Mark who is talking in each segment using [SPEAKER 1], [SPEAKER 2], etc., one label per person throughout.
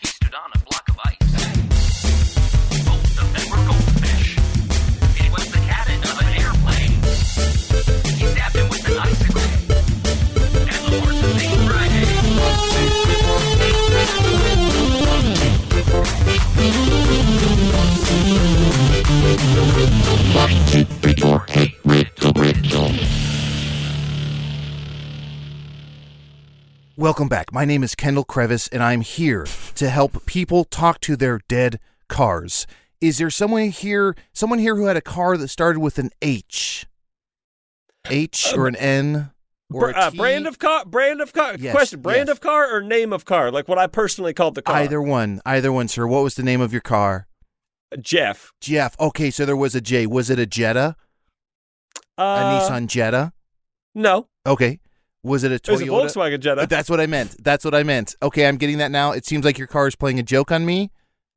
[SPEAKER 1] He stood on a block of ice. Both of them were goldfish. It was the cabin of an airplane. He stabbed him with an icicle. And the horses ate Friday.
[SPEAKER 2] Welcome back. My name is Kendall Crevis, and I'm here to help people talk to their dead cars. Is there someone here, someone here who had a car that started with an H, H or an N or
[SPEAKER 3] Uh, Br-
[SPEAKER 2] a
[SPEAKER 3] uh,
[SPEAKER 2] T?
[SPEAKER 3] brand of car, brand of car.
[SPEAKER 2] Yes,
[SPEAKER 3] Question: Brand
[SPEAKER 2] yes.
[SPEAKER 3] of car or name of car? Like what I personally called the car.
[SPEAKER 2] Either one, either one, sir. What was the name of your car?
[SPEAKER 3] Jeff.
[SPEAKER 2] Jeff. Okay, so there was a J. Was it a Jetta? A
[SPEAKER 3] Uh,
[SPEAKER 2] Nissan Jetta?
[SPEAKER 3] No,
[SPEAKER 2] Okay. Was it a
[SPEAKER 3] it was a
[SPEAKER 2] Toyota?
[SPEAKER 3] Volkswagen Jetta.
[SPEAKER 2] Uh, That's what I meant. That's what I meant. Okay, I'm getting that now. It seems like your car is playing a joke on me.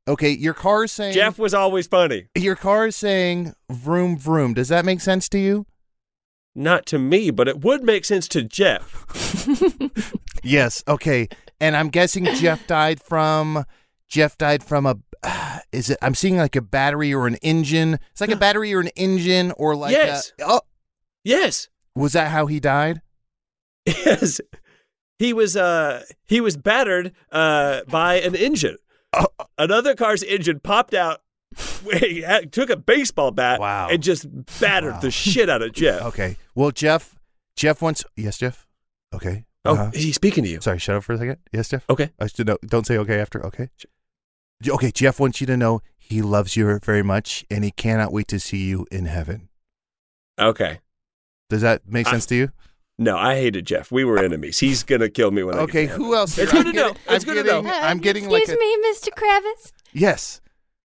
[SPEAKER 2] Okay, your car is saying
[SPEAKER 3] Jeff was always funny.
[SPEAKER 2] Your car is saying vroom vroom. Does that make sense to you?
[SPEAKER 3] Not to me, but it would make sense to Jeff.
[SPEAKER 2] Yes. Okay. And I'm guessing Jeff died from Jeff died from a is it I'm seeing like a battery or an engine. It's like a battery or an engine or like a-
[SPEAKER 3] Yes.
[SPEAKER 2] oh,
[SPEAKER 3] Yes,
[SPEAKER 2] was that how he died?
[SPEAKER 3] yes. He was uh he was battered uh by an engine.
[SPEAKER 2] Uh,
[SPEAKER 3] Another car's engine popped out. He had- took a baseball bat
[SPEAKER 2] Wow.
[SPEAKER 3] and just battered the shit out of Jeff.
[SPEAKER 2] Okay. Well, Jeff Jeff once Yes, Jeff. Okay.
[SPEAKER 3] Oh,
[SPEAKER 2] Uh-huh.
[SPEAKER 3] he's speaking to you.
[SPEAKER 2] Sorry, shut up for a second. Yes, Jeff.
[SPEAKER 3] Okay.
[SPEAKER 2] I should know. Don't say okay after. Okay. J- Okay, Jeff wants you to know he loves you very much and he cannot wait to see you in heaven.
[SPEAKER 3] Okay.
[SPEAKER 2] Does that make
[SPEAKER 3] I-
[SPEAKER 2] sense to you?
[SPEAKER 3] No, I hated Jeff. We were enemies. He's gonna kill me when I
[SPEAKER 2] Okay,
[SPEAKER 3] Get
[SPEAKER 2] who else?
[SPEAKER 3] It's
[SPEAKER 2] here?
[SPEAKER 3] good
[SPEAKER 2] I'm
[SPEAKER 3] to know.
[SPEAKER 2] getting-
[SPEAKER 3] It's
[SPEAKER 2] I'm
[SPEAKER 3] good to
[SPEAKER 2] getting-
[SPEAKER 3] know.
[SPEAKER 2] I'm getting like
[SPEAKER 4] Uh, Excuse
[SPEAKER 2] a,
[SPEAKER 4] me, Mr. Kravis.
[SPEAKER 2] yes.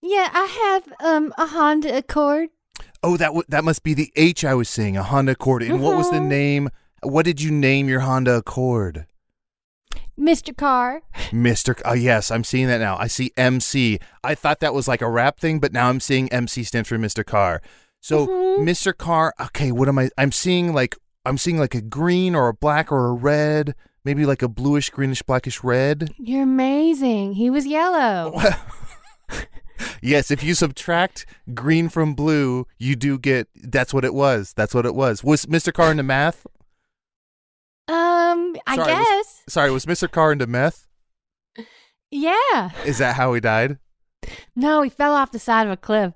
[SPEAKER 4] Yeah, I have um a Honda Accord.
[SPEAKER 2] Oh, that w- that must be the H I was saying, a Honda Accord. And what was the
[SPEAKER 4] Mhm.
[SPEAKER 2] name? What did you name your Honda Accord?
[SPEAKER 4] Mr. Carr.
[SPEAKER 2] Mr. C- Oh, yes, I'm seeing that now. I see MC. I thought that was like a rap thing, but now I'm seeing MC stands for Mr. Carr. So
[SPEAKER 4] Mhm.
[SPEAKER 2] Mr. Carr. Okay, what am I? I'm seeing like I'm seeing like a green or a black or a red, maybe like a bluish, greenish, blackish red.
[SPEAKER 4] You're amazing. He was yellow.
[SPEAKER 2] Yes, if you subtract green from blue, you do get. That's what it was. That's what it was. Was Mr. Carr into math?
[SPEAKER 4] Um, I
[SPEAKER 2] Sorry, was-
[SPEAKER 4] guess.
[SPEAKER 2] Sorry, was Mr. Carr into meth?
[SPEAKER 4] Yeah.
[SPEAKER 2] Is that how he died?
[SPEAKER 4] No, he fell off the side of a cliff.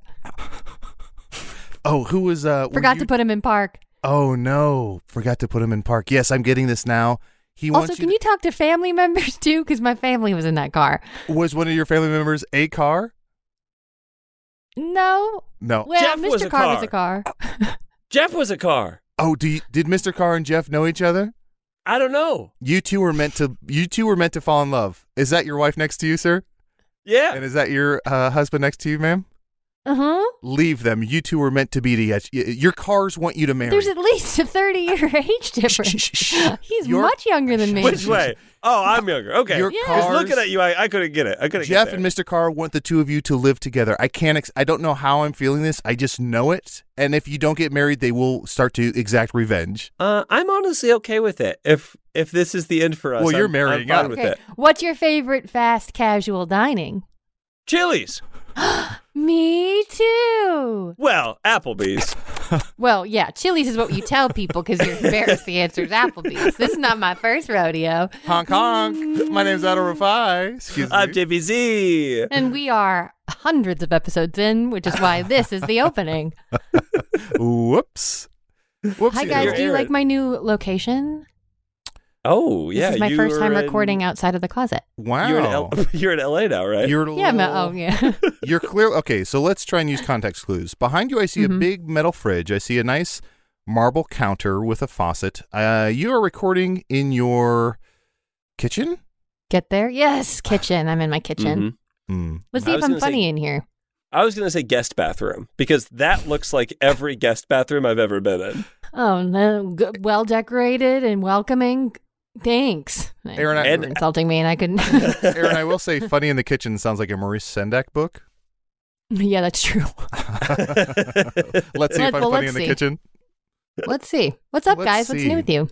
[SPEAKER 2] Oh, who was uh? were
[SPEAKER 4] Forgot
[SPEAKER 2] you-
[SPEAKER 4] to put him in park.
[SPEAKER 2] Oh no! Forgot to put him in park. Yes, I'm getting this now. He
[SPEAKER 4] also,
[SPEAKER 2] wants
[SPEAKER 4] can you talk to family members too? Because my family was in that car.
[SPEAKER 2] to- was one of your family members a car?
[SPEAKER 4] No.
[SPEAKER 2] No.
[SPEAKER 4] Well,
[SPEAKER 3] Jeff
[SPEAKER 4] Mr.
[SPEAKER 3] was a
[SPEAKER 4] Carr was
[SPEAKER 3] car.
[SPEAKER 4] a car.
[SPEAKER 3] Jeff was a car.
[SPEAKER 2] Oh, do you, did Mr. Carr and Jeff know each other?
[SPEAKER 3] I don't know.
[SPEAKER 2] You two were meant to. You two were meant to fall in love. Is that your wife next to you, sir?
[SPEAKER 3] Yeah.
[SPEAKER 2] And is that your uh, husband next to you, ma'am?
[SPEAKER 4] Uh huh.
[SPEAKER 2] Leave them. You two were meant to be together. Y- Your cars want you to marry.
[SPEAKER 4] There's at least a 30 year age difference.
[SPEAKER 2] shh, shh, shh.
[SPEAKER 4] He's
[SPEAKER 2] Your-
[SPEAKER 4] much younger than me.
[SPEAKER 3] Which way? Oh, I'm younger. Okay.
[SPEAKER 2] Your
[SPEAKER 3] Because looking
[SPEAKER 2] cars-
[SPEAKER 3] at you, I, I couldn't get it. I couldn't
[SPEAKER 2] Jeff
[SPEAKER 3] get
[SPEAKER 2] and
[SPEAKER 3] there.
[SPEAKER 2] Mr. Carr want the two of you to live together. I can't. Ex- I don't know how I'm feeling this. I just know it. And if you don't get married, they will start to exact revenge.
[SPEAKER 3] Uh, I'm honestly okay with it. If if this is the end for us,
[SPEAKER 2] Well, you're
[SPEAKER 3] I'm-
[SPEAKER 2] marrying
[SPEAKER 3] I'm fine
[SPEAKER 2] up.
[SPEAKER 3] with
[SPEAKER 4] Okay.
[SPEAKER 3] it.
[SPEAKER 4] What's your favorite fast casual dining?
[SPEAKER 3] Chili's.
[SPEAKER 4] Me too.
[SPEAKER 3] Well, Applebee's.
[SPEAKER 4] Well, yeah, Chili's is what you tell people because you're embarrassed the answer is Applebee's. This is not my first rodeo.
[SPEAKER 2] Honk honk. My name's Adel Rafai. Excuse
[SPEAKER 3] I'm
[SPEAKER 2] me.
[SPEAKER 3] JBZ.
[SPEAKER 4] And we are hundreds of episodes in, which is why this is the opening.
[SPEAKER 2] Whoops. Whoops.
[SPEAKER 4] Hi, guys. Do you like my new location?
[SPEAKER 3] Oh, yeah.
[SPEAKER 4] this is my
[SPEAKER 3] you
[SPEAKER 4] first
[SPEAKER 3] were
[SPEAKER 4] time
[SPEAKER 3] in-
[SPEAKER 4] recording outside of the closet.
[SPEAKER 2] Wow.
[SPEAKER 3] You're in, L- you're in LA now, right?
[SPEAKER 2] You're a
[SPEAKER 4] Yeah, my,
[SPEAKER 2] little-
[SPEAKER 4] oh yeah.
[SPEAKER 2] You're clear. Okay, so let's try and use context clues. Behind you, I see a
[SPEAKER 4] Mhm.
[SPEAKER 2] big metal fridge. I see a nice marble counter with a faucet. Uh, you are recording in your kitchen.
[SPEAKER 4] Get there? Yes, kitchen. I'm in my kitchen.
[SPEAKER 3] Mhm.
[SPEAKER 2] Mm.
[SPEAKER 4] Let's
[SPEAKER 3] I
[SPEAKER 4] see if
[SPEAKER 3] was
[SPEAKER 4] I'm
[SPEAKER 3] gonna say-
[SPEAKER 4] funny in here.
[SPEAKER 3] Mm-hmm. I was going to say guest bathroom because that looks like every guest bathroom I've ever been in.
[SPEAKER 4] Oh no, G- well decorated and welcoming. Thanks.
[SPEAKER 2] Aaron,
[SPEAKER 3] I-
[SPEAKER 4] you were insulting me, and I couldn't.
[SPEAKER 2] Aaron, I will say, "Funny in the Kitchen" sounds like a Maurice Sendak book.
[SPEAKER 4] yeah, that's true.
[SPEAKER 2] Let's see if
[SPEAKER 4] Let-
[SPEAKER 2] I'm
[SPEAKER 4] well,
[SPEAKER 2] funny
[SPEAKER 4] let's
[SPEAKER 2] in the
[SPEAKER 4] see.
[SPEAKER 2] kitchen.
[SPEAKER 4] Let's see. What's up,
[SPEAKER 2] Let's
[SPEAKER 4] guys? What's
[SPEAKER 2] see.
[SPEAKER 4] new with you?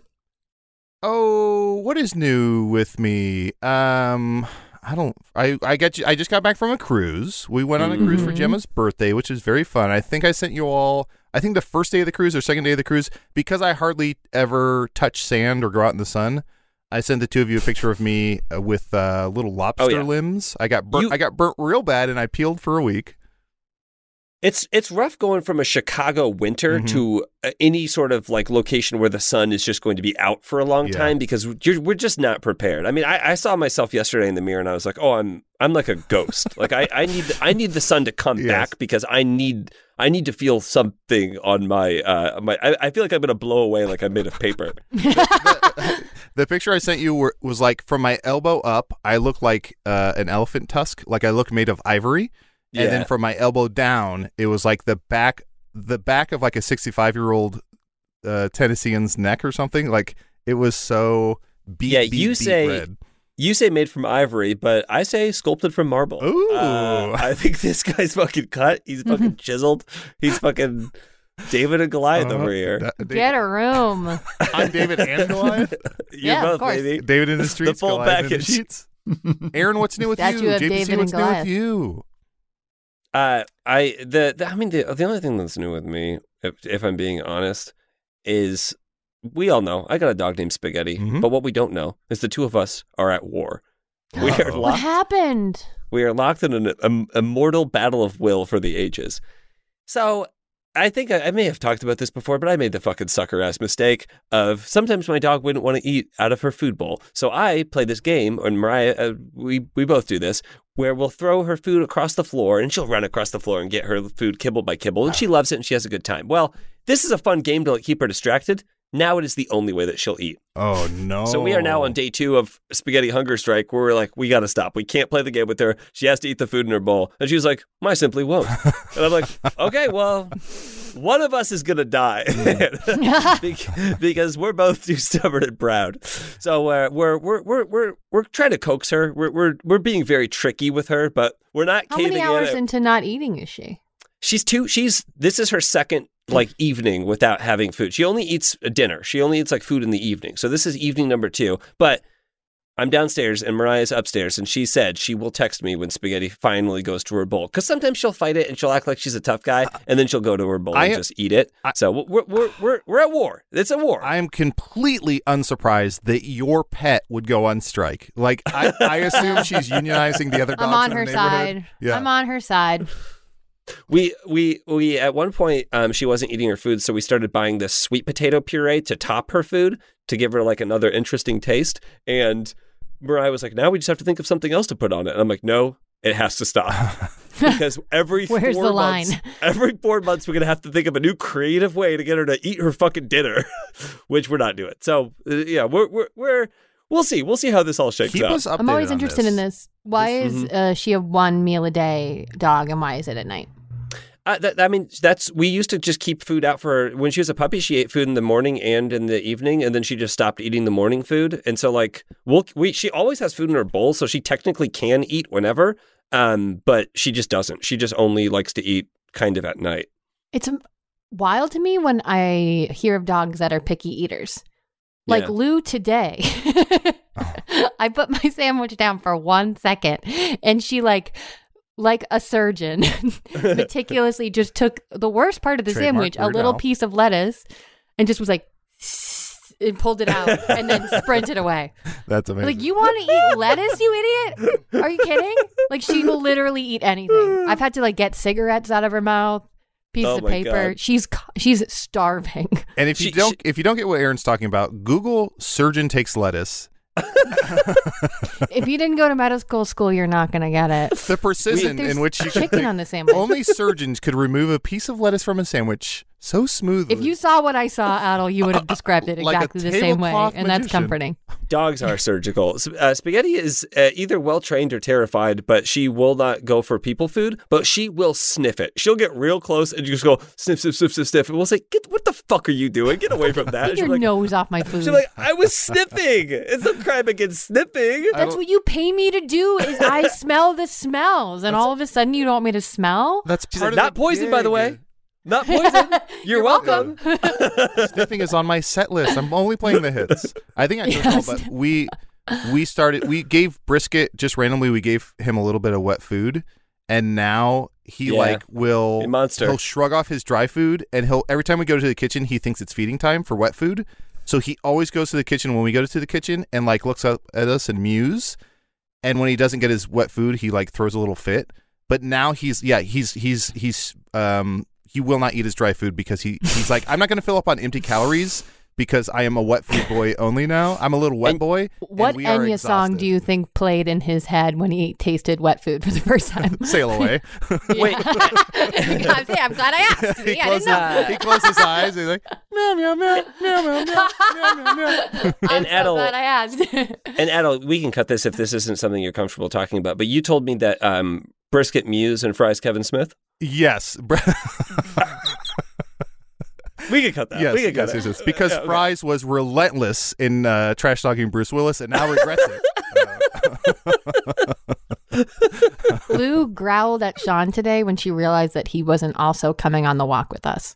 [SPEAKER 2] Oh, what is new with me? Um, I don't. I I got. You, I just got back from a cruise. We went on a cruise for
[SPEAKER 3] Mm-hmm.
[SPEAKER 4] Mhm.
[SPEAKER 2] Gemma's birthday, which is very fun. I think I sent you all. I think the first day of the cruise or second day of the cruise, because I hardly ever touch sand or go out in the sun. I sent the two of you a picture of me uh, with uh, little lobster
[SPEAKER 3] Oh, yeah.
[SPEAKER 2] limbs. I got burnt.
[SPEAKER 3] You-
[SPEAKER 2] I got burnt real bad, and I peeled for a week.
[SPEAKER 3] It's it's rough going from a Chicago winter
[SPEAKER 2] Mhm.
[SPEAKER 3] to uh, any sort of like location where the sun is just going to be out for a long
[SPEAKER 2] Yeah.
[SPEAKER 3] time because you're, we're just not prepared. I mean, I, I saw myself yesterday in the mirror and I was like, oh, I'm I'm like a ghost. like I, I need I need the sun to come
[SPEAKER 2] Yes.
[SPEAKER 3] back because I need I need to feel something on my uh my I, I feel like I'm gonna blow away like I'm made of paper.
[SPEAKER 2] The picture I sent you were, was like from my elbow up. I look like uh, an elephant tusk, like I look made of ivory.
[SPEAKER 3] Yeah.
[SPEAKER 2] And then from my elbow down, it was like the back, the back of like a sixty-five-year-old uh, Tennessean's neck or something. Like it was so beat.
[SPEAKER 3] Yeah,
[SPEAKER 2] beat,
[SPEAKER 3] you
[SPEAKER 2] beat
[SPEAKER 3] say-
[SPEAKER 2] red.
[SPEAKER 3] You say made from ivory, but I say sculpted from marble.
[SPEAKER 2] Ooh.
[SPEAKER 3] Uh, I think this guy's fucking cut. He's
[SPEAKER 4] Mm-hmm.
[SPEAKER 3] fucking chiseled. He's fucking David and Goliath
[SPEAKER 2] Uh,
[SPEAKER 3] over here.
[SPEAKER 2] Da- Da-
[SPEAKER 4] Get a room.
[SPEAKER 2] I'm David and Goliath.
[SPEAKER 3] you
[SPEAKER 4] Yeah, of
[SPEAKER 3] both,
[SPEAKER 4] course.
[SPEAKER 3] baby.
[SPEAKER 2] David in the streets.
[SPEAKER 3] full
[SPEAKER 2] Goliath in the
[SPEAKER 3] package.
[SPEAKER 2] sheets. Aaron, what's new with
[SPEAKER 4] Statue
[SPEAKER 2] you?
[SPEAKER 4] of
[SPEAKER 2] JPC,
[SPEAKER 4] David and
[SPEAKER 2] what's new with
[SPEAKER 4] Goliath.
[SPEAKER 2] you?
[SPEAKER 3] Uh, I the, the I mean the the only thing that's new with me, if, if I'm being honest, is we all know I got a dog named Spaghetti.
[SPEAKER 2] Mhm.
[SPEAKER 3] But what we don't know is the two of us are at war. We are
[SPEAKER 2] Uh-oh.
[SPEAKER 4] what
[SPEAKER 3] locked.
[SPEAKER 4] happened?
[SPEAKER 3] We are locked in an um, immortal battle of will for the ages. So I think I, I may have talked about this before, but I made the fucking sucker ass mistake of sometimes my dog wouldn't want to eat out of her food bowl. So I play this game, and Mariah, uh, we we both do this, where we'll throw her food across the floor, and she'll run across the floor and get her food kibble by kibble, and she loves it and she has a good time. Well, this is a fun game to like, keep her distracted. Now it is the only way that she'll eat.
[SPEAKER 2] Oh no!
[SPEAKER 3] So we are now on day two of spaghetti hunger strike, where we're like, we got to stop. We can't play the game with her. She has to eat the food in her bowl, and she's like, "I simply won't." and I'm like, "Okay, well, one of us is gonna die Bec- because we're both too stubborn and proud." So uh, we're we're we're we're we're trying to coax her. We're we're we're being very tricky with her, but we're not
[SPEAKER 4] How
[SPEAKER 3] caving
[SPEAKER 4] many hours
[SPEAKER 3] in.
[SPEAKER 4] into not eating is she?
[SPEAKER 3] She's two. She's this is her second like
[SPEAKER 2] Mm.
[SPEAKER 3] evening without having food. She only eats a dinner. She only eats like food in the evening. So this is evening number two. But I'm downstairs and Mariah's upstairs, and she said she will text me when spaghetti finally goes to her bowl. Because sometimes she'll fight it and she'll act like she's a tough guy, and then she'll go to her bowl
[SPEAKER 2] Uh, I-
[SPEAKER 3] and just eat it.
[SPEAKER 2] I-
[SPEAKER 3] so we're we're we're we're at war. It's a war.
[SPEAKER 2] I am completely unsurprised that your pet would go on strike. Like I, I assume she's unionizing the other dogs
[SPEAKER 4] I'm on
[SPEAKER 2] in
[SPEAKER 4] her
[SPEAKER 2] the neighborhood.
[SPEAKER 4] side.
[SPEAKER 2] Yeah.
[SPEAKER 4] I'm on her side.
[SPEAKER 3] We we we at one point um, she wasn't eating her food, so we started buying this sweet potato puree to top her food to give her like another interesting taste. And Mariah was like, "Now we just have to think of something else to put on it." And I'm like, "No, it has to stop." because every
[SPEAKER 4] Where's
[SPEAKER 3] four
[SPEAKER 4] the
[SPEAKER 3] months,
[SPEAKER 4] line?
[SPEAKER 3] every four months, we're gonna have to think of a new creative way to get her to eat her fucking dinner, which we're not doing. So uh, yeah, we're we're, we're we'll see we'll see how this all shakes
[SPEAKER 2] Keep
[SPEAKER 3] out.
[SPEAKER 2] us updated.
[SPEAKER 4] I'm always
[SPEAKER 2] on mm-hmm.
[SPEAKER 4] interested in this. Why
[SPEAKER 3] This-
[SPEAKER 4] is uh, she a one meal a day dog, and why is it at night?
[SPEAKER 3] Uh, that, I mean, that's we used to just keep food out for her. When she was a puppy, she ate food in the morning and in the evening, and then she just stopped eating the morning food. And so, like, we'll, we she always has food in her bowl, so she technically can eat whenever. Um, but she just doesn't. She just only likes to eat kind of at night.
[SPEAKER 4] It's um, wild to me when I hear of dogs that are picky eaters. Like
[SPEAKER 3] Yeah.
[SPEAKER 4] Lou today. I put my sandwich down for one second and she like like a surgeon meticulously just took the worst part of the
[SPEAKER 2] Trademark
[SPEAKER 4] sandwich, a
[SPEAKER 2] Weird
[SPEAKER 4] little
[SPEAKER 2] Al.
[SPEAKER 4] piece of lettuce, and just was like and pulled it out and then sprinted away.
[SPEAKER 2] That's amazing.
[SPEAKER 4] Like, you want to eat lettuce, you idiot? Are you kidding? Like, she will literally eat anything. I've had to, like, get cigarettes out of her mouth piece
[SPEAKER 3] Oh
[SPEAKER 4] of
[SPEAKER 3] my
[SPEAKER 4] paper.
[SPEAKER 3] God.
[SPEAKER 4] She's ca- she's starving.
[SPEAKER 2] And if you
[SPEAKER 3] She-
[SPEAKER 2] don't,
[SPEAKER 3] she-
[SPEAKER 2] if you don't get what Aaron's talking about, Google "surgeon takes lettuce."
[SPEAKER 4] if you didn't go to medical school, you're not gonna get it.
[SPEAKER 2] The precision
[SPEAKER 4] There's
[SPEAKER 2] in which you
[SPEAKER 4] chicken
[SPEAKER 2] could think
[SPEAKER 4] on the sandwich.
[SPEAKER 2] only surgeons could remove a piece of lettuce from a sandwich so smoothly.
[SPEAKER 4] If you saw what I saw, Adel, you would have described it
[SPEAKER 2] Like a
[SPEAKER 4] exactly the same way,
[SPEAKER 2] tablecloth
[SPEAKER 4] and that's
[SPEAKER 2] magician.
[SPEAKER 4] comforting.
[SPEAKER 3] Dogs are surgical. S- Uh, Spaghetti is uh, either well trained or terrified, but she will not go for people food. But she will sniff it. She'll get real close and just go sniff, sniff, sniff, sniff, sniff. And we'll say, "Get what the fuck are you doing? Get away from that!"
[SPEAKER 4] Get
[SPEAKER 3] And she'll
[SPEAKER 4] your
[SPEAKER 3] be like,
[SPEAKER 4] nose off my
[SPEAKER 3] she'll
[SPEAKER 4] food.
[SPEAKER 3] be like, "I was sniffing. It's a crime against sniffing."
[SPEAKER 4] that's what you pay me to do is I smell the smells, and all of a sudden you don't want me to smell.
[SPEAKER 2] that's
[SPEAKER 3] She's
[SPEAKER 2] part
[SPEAKER 3] like,
[SPEAKER 2] of
[SPEAKER 3] "Not
[SPEAKER 2] the
[SPEAKER 3] poison, by the
[SPEAKER 2] gig.
[SPEAKER 3] way. Not poison. You're, welcome."
[SPEAKER 2] Sniffing is on my set list. I'm only playing the hits. I think I told
[SPEAKER 4] Yes.
[SPEAKER 2] y'all, but we we started. We gave brisket just randomly. We gave him a little bit of wet food, and now he
[SPEAKER 3] Yeah.
[SPEAKER 2] like will
[SPEAKER 3] A monster.
[SPEAKER 2] He'll shrug off his dry food, and he'll every time we go to the kitchen, he thinks it's feeding time for wet food. So he always goes to the kitchen when we go to the kitchen, and like looks up at us and mews. And when he doesn't get his wet food, he like throws a little fit. But now he's yeah he's he's he's um he will not eat his dry food because he he's like I'm not going to fill up on empty calories because I am a wet food boy only now. I'm a little wet
[SPEAKER 3] And
[SPEAKER 2] boy.
[SPEAKER 4] What
[SPEAKER 2] and we are
[SPEAKER 4] Enya song
[SPEAKER 2] exhausted.
[SPEAKER 4] do you think played in his head when he tasted wet food for the first time?
[SPEAKER 2] sail away?
[SPEAKER 3] Wait,
[SPEAKER 4] I'm, yeah, I'm glad I asked.
[SPEAKER 2] he,
[SPEAKER 4] See, I didn't
[SPEAKER 2] closes,
[SPEAKER 4] know.
[SPEAKER 2] he closes his eyes. And he's like meow meow meow meow meow meow meow meow. meow.
[SPEAKER 4] I'm
[SPEAKER 3] And
[SPEAKER 4] so
[SPEAKER 3] Adel-
[SPEAKER 4] glad I asked.
[SPEAKER 3] and Adel, we can cut this if this isn't something you're comfortable talking about. But you told me that um, brisket muse and fries Kevin Smith.
[SPEAKER 2] Yes, br-
[SPEAKER 3] We can cut that.
[SPEAKER 2] yes,
[SPEAKER 3] we can cut
[SPEAKER 2] yes,
[SPEAKER 3] it.
[SPEAKER 2] yes, yes. Because
[SPEAKER 3] Yeah, okay.
[SPEAKER 2] Fries was relentless in uh, trash talking Bruce Willis, and now regrets it. Uh,
[SPEAKER 4] Lou growled at Sean today when she realized that he wasn't also coming on the walk with us.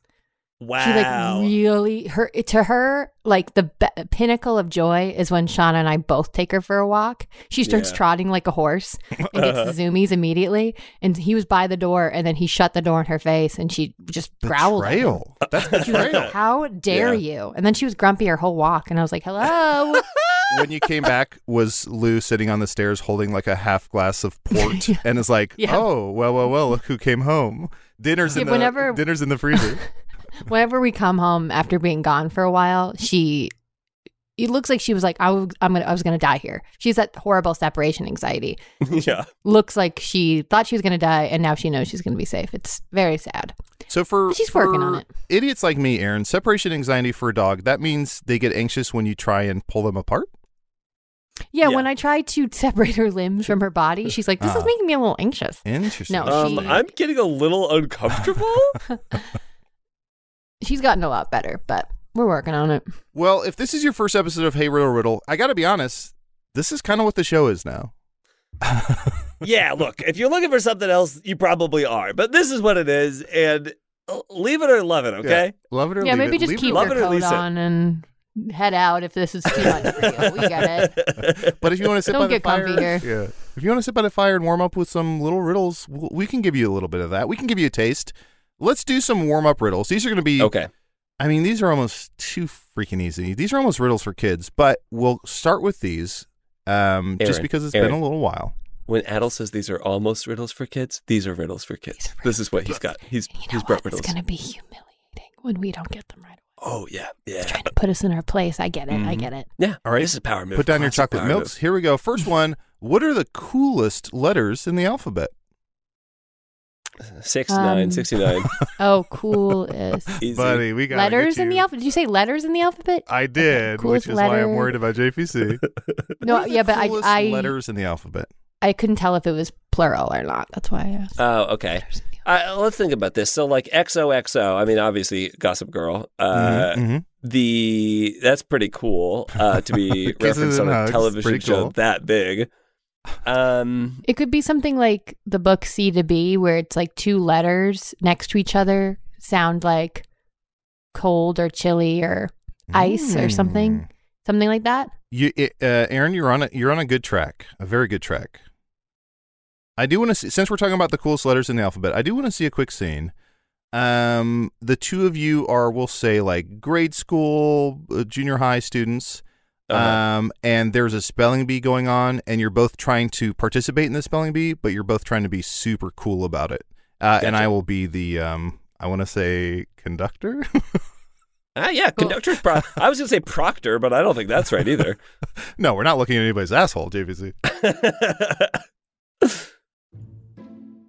[SPEAKER 4] She like really her to her like the be- pinnacle of joy is when Sean and I both take her for a walk. She starts
[SPEAKER 3] Yeah.
[SPEAKER 4] trotting like a horse and gets
[SPEAKER 2] Uh-huh.
[SPEAKER 4] the zoomies immediately. And he was by the door, and then he shut the door in her face, and she just growled. at him.
[SPEAKER 2] Betrayal. That's betrayal.
[SPEAKER 4] How dare you? And then she was grumpy her whole walk, and I was like, "Hello."
[SPEAKER 2] when you came back, was Lou sitting on the stairs holding like a half glass of port, and is like,
[SPEAKER 4] Yeah.
[SPEAKER 2] "Oh, well, well, well, look who came home. Dinner's in
[SPEAKER 4] Yeah,
[SPEAKER 2] the
[SPEAKER 4] whenever-
[SPEAKER 2] dinner's in the freezer."
[SPEAKER 4] Whenever we come home after being gone for a while, she it looks like she was like, I w- I'm gonna, I was gonna die here. She's that horrible separation anxiety.
[SPEAKER 3] yeah.
[SPEAKER 4] Looks like she thought she was gonna die, and now she knows she's gonna be safe. It's very sad.
[SPEAKER 2] So for
[SPEAKER 4] She's working
[SPEAKER 2] for
[SPEAKER 4] on it.
[SPEAKER 2] Idiots like me, Aaron. Separation anxiety for a dog. That means they get anxious when you try and pull them apart.
[SPEAKER 4] Yeah,
[SPEAKER 3] Yeah.
[SPEAKER 4] when I try to separate her limbs from her body, she's like, This is
[SPEAKER 2] Ah.
[SPEAKER 4] making me a little anxious.
[SPEAKER 2] Interesting.
[SPEAKER 4] No,
[SPEAKER 3] Um,
[SPEAKER 4] Oh, she-
[SPEAKER 3] I'm getting a little uncomfortable.
[SPEAKER 4] She's gotten a lot better, but we're working on it.
[SPEAKER 2] Well, if this is your first episode of Hey Riddle Riddle, I got to be honest. This is kind of what the show is now.
[SPEAKER 3] yeah, look, if you're looking for something else, you probably are. But this is what it is, and uh, leave it or love it, okay?
[SPEAKER 2] Yeah. Love it or
[SPEAKER 4] Yeah,
[SPEAKER 2] leave
[SPEAKER 4] maybe
[SPEAKER 2] it.
[SPEAKER 4] just
[SPEAKER 2] Leave it
[SPEAKER 4] keep
[SPEAKER 2] or
[SPEAKER 3] alone.
[SPEAKER 4] your
[SPEAKER 3] Love it or
[SPEAKER 4] coat
[SPEAKER 3] leave it.
[SPEAKER 4] on and head out if this is too much for you. We get it.
[SPEAKER 2] But if you want to sit
[SPEAKER 4] Don't
[SPEAKER 2] by the
[SPEAKER 4] get comfy
[SPEAKER 2] fire,
[SPEAKER 4] here.
[SPEAKER 2] yeah. If you want to sit by the fire and warm up with some little riddles, w- we can give you a little bit of that. We can give you a taste. Let's do some warm up riddles. These are going to be
[SPEAKER 3] Okay.
[SPEAKER 2] I mean, these are almost too freaking easy. These are almost riddles for kids. But we'll start with these, um, just
[SPEAKER 3] Aaron,
[SPEAKER 2] because it's
[SPEAKER 3] Aaron.
[SPEAKER 2] been a little while.
[SPEAKER 3] When Adel says these are almost riddles for kids, these are riddles for kids. this is what he's got. He's
[SPEAKER 4] You know
[SPEAKER 3] he's
[SPEAKER 4] what?
[SPEAKER 3] brought
[SPEAKER 4] It's
[SPEAKER 3] riddles.
[SPEAKER 4] gonna be humiliating when we don't get them right.
[SPEAKER 3] Oh yeah, yeah,
[SPEAKER 4] trying to put us in our place. I get it.
[SPEAKER 2] Mm-hmm.
[SPEAKER 4] I get it.
[SPEAKER 3] yeah.
[SPEAKER 2] All right.
[SPEAKER 3] this is power move.
[SPEAKER 2] Put down your
[SPEAKER 3] Classic
[SPEAKER 2] chocolate
[SPEAKER 3] power
[SPEAKER 2] milks.
[SPEAKER 3] move.
[SPEAKER 2] Here we go. First one. What are the coolest letters in the alphabet?
[SPEAKER 3] Six
[SPEAKER 4] Um,
[SPEAKER 3] nine sixty nine.
[SPEAKER 4] Oh, cool is
[SPEAKER 3] Easy.
[SPEAKER 2] Buddy, we got
[SPEAKER 4] letters in the alphabet. Did you say letters in the alphabet?
[SPEAKER 2] I did,
[SPEAKER 4] coolest
[SPEAKER 2] which is why I'm
[SPEAKER 4] letter.
[SPEAKER 2] worried about JPC.
[SPEAKER 4] No,
[SPEAKER 2] What are the
[SPEAKER 4] yeah, but I
[SPEAKER 2] coolest
[SPEAKER 4] I,
[SPEAKER 2] letters in the alphabet.
[SPEAKER 4] I couldn't tell if it was plural or not. That's why I asked.
[SPEAKER 3] Oh, okay. Uh, let's think about this. So, like XOXO. I mean, obviously, Gossip Girl. Uh,
[SPEAKER 2] Mhm, mhm.
[SPEAKER 3] the that's pretty cool uh, to be
[SPEAKER 2] Kisses
[SPEAKER 3] referenced
[SPEAKER 2] and
[SPEAKER 3] on a
[SPEAKER 2] hugs,
[SPEAKER 3] television
[SPEAKER 2] pretty
[SPEAKER 3] show
[SPEAKER 2] cool.
[SPEAKER 3] that big. Um,
[SPEAKER 4] It could be something like the book C to B, where it's like two letters next to each other sound like cold or chilly or ice or something,
[SPEAKER 2] Mm.
[SPEAKER 4] something like that.
[SPEAKER 2] You, it, uh, Aaron, you're on a you're on a good track, a very good track. I do want to see, since we're talking about the coolest letters in the alphabet, I do want to see a quick scene. Um, the two of you are, we'll say, like grade school, uh, junior high students.
[SPEAKER 3] uh,
[SPEAKER 2] Um, and there's a spelling bee going on, and you're both trying to participate in the spelling bee, but you're both trying to be super cool about it. Uh, And
[SPEAKER 3] Gotcha.
[SPEAKER 2] I will be the um,
[SPEAKER 5] I want to say conductor.
[SPEAKER 3] Ah, yeah, conductor's pro. I was gonna say proctor, but I don't think that's right either.
[SPEAKER 5] no, we're not looking at anybody's asshole, JVC.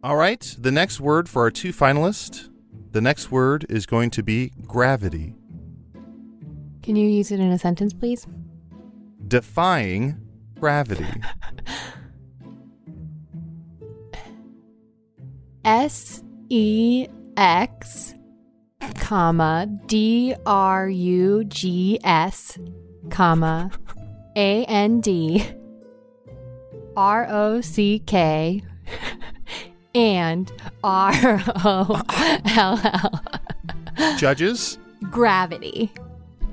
[SPEAKER 2] All right, the next word for our two finalists, the next word is going to be gravity,
[SPEAKER 4] Can you use it in a sentence, please?
[SPEAKER 2] defying gravity.
[SPEAKER 4] S E X, comma, D R U G S, comma, A N D, R O C K, and R O L L.
[SPEAKER 2] Judges,
[SPEAKER 4] Gravity.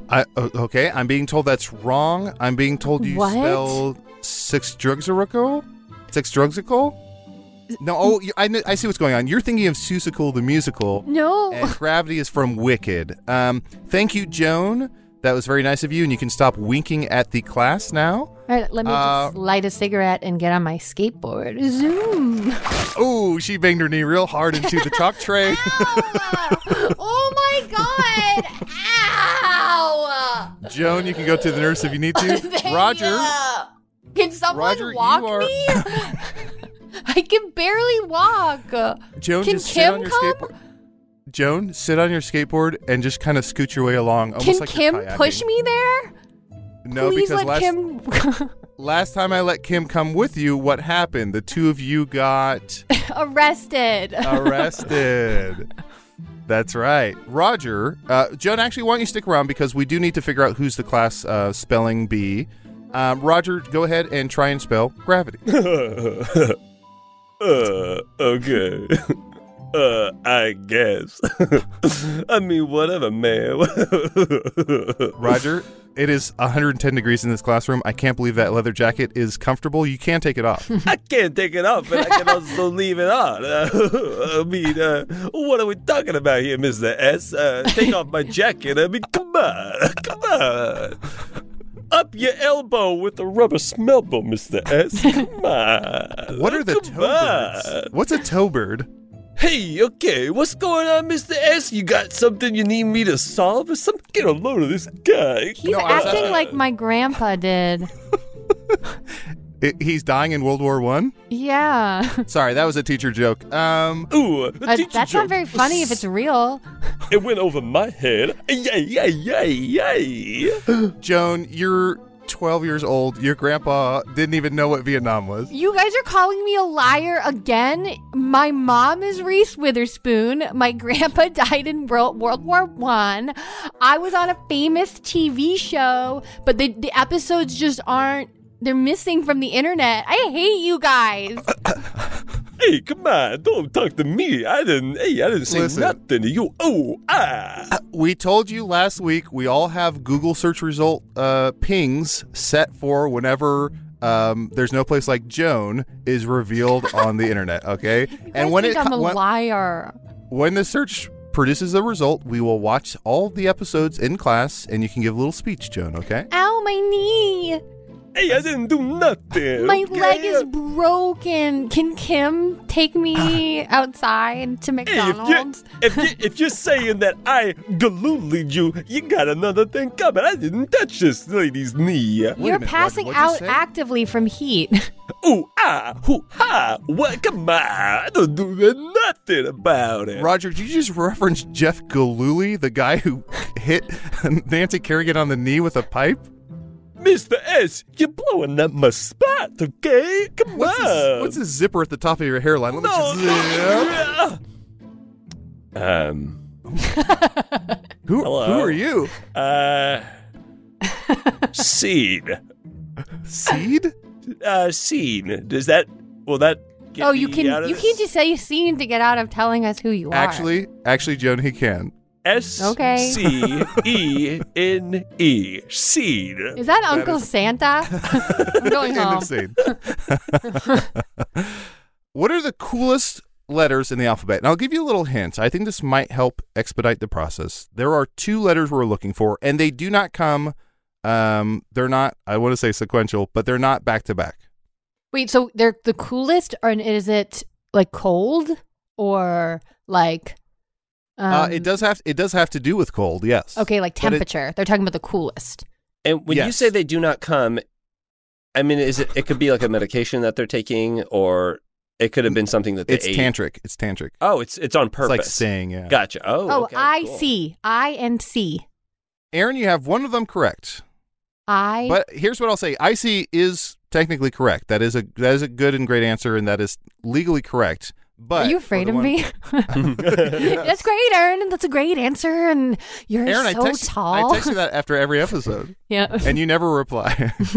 [SPEAKER 2] I o- okay, I'm being told that's wrong. I'm being told you
[SPEAKER 4] What?
[SPEAKER 2] spell six drugsical, six drugsical. No, oh, you- I, kn- I see what's going on. You're thinking of Susical the musical.
[SPEAKER 4] No.
[SPEAKER 2] And gravity is from Wicked. Um, thank you, Joan. That was very nice of you, and you can stop winking at the class now.
[SPEAKER 4] All right, let me
[SPEAKER 2] Uh,
[SPEAKER 4] just light a cigarette and get on my skateboard. Zoom.
[SPEAKER 2] Oh, she banged her knee real hard into the chalk tray.
[SPEAKER 4] oh my god! Ow!
[SPEAKER 2] Joan, you can go to the nurse if you need to.
[SPEAKER 4] Thank
[SPEAKER 2] Roger,
[SPEAKER 4] you. Can someone
[SPEAKER 2] Roger, you
[SPEAKER 4] walk
[SPEAKER 2] are-
[SPEAKER 4] me? I can barely walk.
[SPEAKER 2] Joan,
[SPEAKER 4] Can
[SPEAKER 2] just sit on
[SPEAKER 4] Kim
[SPEAKER 2] your
[SPEAKER 4] come?
[SPEAKER 2] skateboard. Joan, sit on your skateboard and just kind of scoot your way along. Almost
[SPEAKER 4] Can
[SPEAKER 2] like you're
[SPEAKER 4] Kim
[SPEAKER 2] kayaking.
[SPEAKER 4] push me there?
[SPEAKER 2] No,
[SPEAKER 4] Please
[SPEAKER 2] because
[SPEAKER 4] let
[SPEAKER 2] last
[SPEAKER 4] Kim.
[SPEAKER 2] last time I let Kim come with you, what happened? The two of you got
[SPEAKER 4] Arrested.
[SPEAKER 2] Um, arrested. That's right, Roger. Uh, Joan, actually, why don't you stick around because we do need to figure out who's the class uh, spelling bee. Um, Roger, go ahead and try and spell gravity.
[SPEAKER 3] uh, okay. Uh, I guess. I mean, whatever, man.
[SPEAKER 2] Roger, it is 110 degrees in this classroom. I can't believe that leather jacket is comfortable. You can't take it off.
[SPEAKER 3] I can't take it off, but I can also leave it on. I mean, uh, what are we talking about here, Mr. S? Uh, take off my jacket. I mean, come on. Come on. Up your elbow with a rubber smell ball, Mr. S. Come on.
[SPEAKER 2] What are the
[SPEAKER 3] Come on.
[SPEAKER 2] toebirds? What's a toebird?
[SPEAKER 3] Hey, okay, what's going on, Mr. S? You got something you need me to solve or something? Get a load of this guy.
[SPEAKER 4] He's acting like my grandpa did.
[SPEAKER 2] It, he's dying in World War One.
[SPEAKER 4] Yeah.
[SPEAKER 2] Sorry, that was a teacher joke. Um,
[SPEAKER 3] Ooh, a
[SPEAKER 4] Uh,
[SPEAKER 3] teacher
[SPEAKER 4] that's
[SPEAKER 3] joke.
[SPEAKER 4] not very funny if it's real.
[SPEAKER 3] It went over my head. Yay, yay, yay, yay.
[SPEAKER 2] Joan, you're 12 years old. Your grandpa didn't even know what Vietnam was.
[SPEAKER 4] You guys are calling me a liar again. My mom is Reese Witherspoon. My grandpa died in Wor- World War One. I. was on a famous TV show, but the, the episodes just aren't. They're missing from the internet. I hate you guys.
[SPEAKER 2] Uh,
[SPEAKER 3] Hey, come on, don't talk to me. I didn't, hey, I didn't say
[SPEAKER 2] Listen.
[SPEAKER 3] nothing to you. Oh, ah.
[SPEAKER 2] We told you last week we all have Google search result uh, pings set for whenever um, there's no place like Joan is revealed on the internet. Okay,
[SPEAKER 4] I think
[SPEAKER 2] co-
[SPEAKER 4] I'm a
[SPEAKER 2] when,
[SPEAKER 4] liar.
[SPEAKER 2] when the search produces a result, we will watch all the episodes in class, and you can give a little speech, Joan. Okay.
[SPEAKER 4] Ow, my knee.
[SPEAKER 3] Hey, I didn't do nothing.
[SPEAKER 4] My
[SPEAKER 3] okay?
[SPEAKER 4] leg is broken. Can Kim take me
[SPEAKER 2] Uh,
[SPEAKER 4] outside to
[SPEAKER 3] Hey, if you
[SPEAKER 4] McDonald's?
[SPEAKER 3] if you if you're saying that I galoodled you, you got another thing coming. I didn't touch this lady's knee.
[SPEAKER 2] Wait a
[SPEAKER 4] You're
[SPEAKER 2] minute, Roger,
[SPEAKER 4] passing
[SPEAKER 2] what'd you
[SPEAKER 4] out
[SPEAKER 2] say?
[SPEAKER 4] actively from heat.
[SPEAKER 3] Ooh ah hoo ha! What? Come on! I don't do nothing about it.
[SPEAKER 2] Roger, did you just reference Jeff Galooly, the guy who hit Nancy Kerrigan on the knee with a pipe?
[SPEAKER 3] Mr. S, you're blowing up my spot, okay? Come
[SPEAKER 2] What's
[SPEAKER 3] on.
[SPEAKER 2] this, what's this zipper at the top of your hairline? Let me
[SPEAKER 3] No.
[SPEAKER 2] just zip.
[SPEAKER 3] Um.
[SPEAKER 2] Who, who
[SPEAKER 3] Hello.
[SPEAKER 2] are you?
[SPEAKER 3] Uh. seed.
[SPEAKER 2] Seed?
[SPEAKER 3] Uh. Scene. Does that? Will that? Get
[SPEAKER 4] oh, you
[SPEAKER 3] me
[SPEAKER 4] can
[SPEAKER 3] out of
[SPEAKER 4] you
[SPEAKER 3] this?
[SPEAKER 4] can't just say scene to get out of telling us who you
[SPEAKER 2] Actually, actually, Joan, he can.
[SPEAKER 3] S
[SPEAKER 4] Okay.
[SPEAKER 3] C E N E seed.
[SPEAKER 4] are. Is that Uncle Santa? I'm going
[SPEAKER 2] End
[SPEAKER 4] home.
[SPEAKER 2] of scene. what are the coolest letters in the alphabet? And I'll give you a little hint. I think this might help expedite the process. There are two letters we're looking for, and they do not come. Um, they're not. I want to say sequential, but they're not back to back.
[SPEAKER 4] Wait, so they're the coolest, or is it like cold or like
[SPEAKER 2] uh, it does have it does have to do with cold. Yes.
[SPEAKER 4] Um, Okay, like
[SPEAKER 2] But it-
[SPEAKER 4] temperature. They're talking about the coolest.
[SPEAKER 3] And when you
[SPEAKER 2] Yes.
[SPEAKER 3] say they do not come, I mean, is it? It could be like a medication that they're taking, or it could have been something that they
[SPEAKER 2] it's
[SPEAKER 3] ate.
[SPEAKER 2] tantric. It's tantric.
[SPEAKER 3] oh, it's it's on purpose.
[SPEAKER 2] It's like saying yeah.
[SPEAKER 3] Gotcha. Oh,
[SPEAKER 4] Oh,
[SPEAKER 3] okay,
[SPEAKER 4] I
[SPEAKER 3] cool.
[SPEAKER 4] see. I and C.
[SPEAKER 2] Aaron, you have one of them correct.
[SPEAKER 4] I.
[SPEAKER 2] But here's what I'll say: IC is technically correct. That is a that is a good and great answer, and that is legally correct. But
[SPEAKER 4] Are you
[SPEAKER 2] for
[SPEAKER 4] afraid
[SPEAKER 2] the
[SPEAKER 4] of
[SPEAKER 2] one-
[SPEAKER 4] me? That's great, Aaron. and That's a great answer. And you're
[SPEAKER 2] Aaron, I
[SPEAKER 4] so
[SPEAKER 2] text,
[SPEAKER 4] tall.
[SPEAKER 2] I text you that after every episode,
[SPEAKER 4] yeah.
[SPEAKER 2] and you never reply.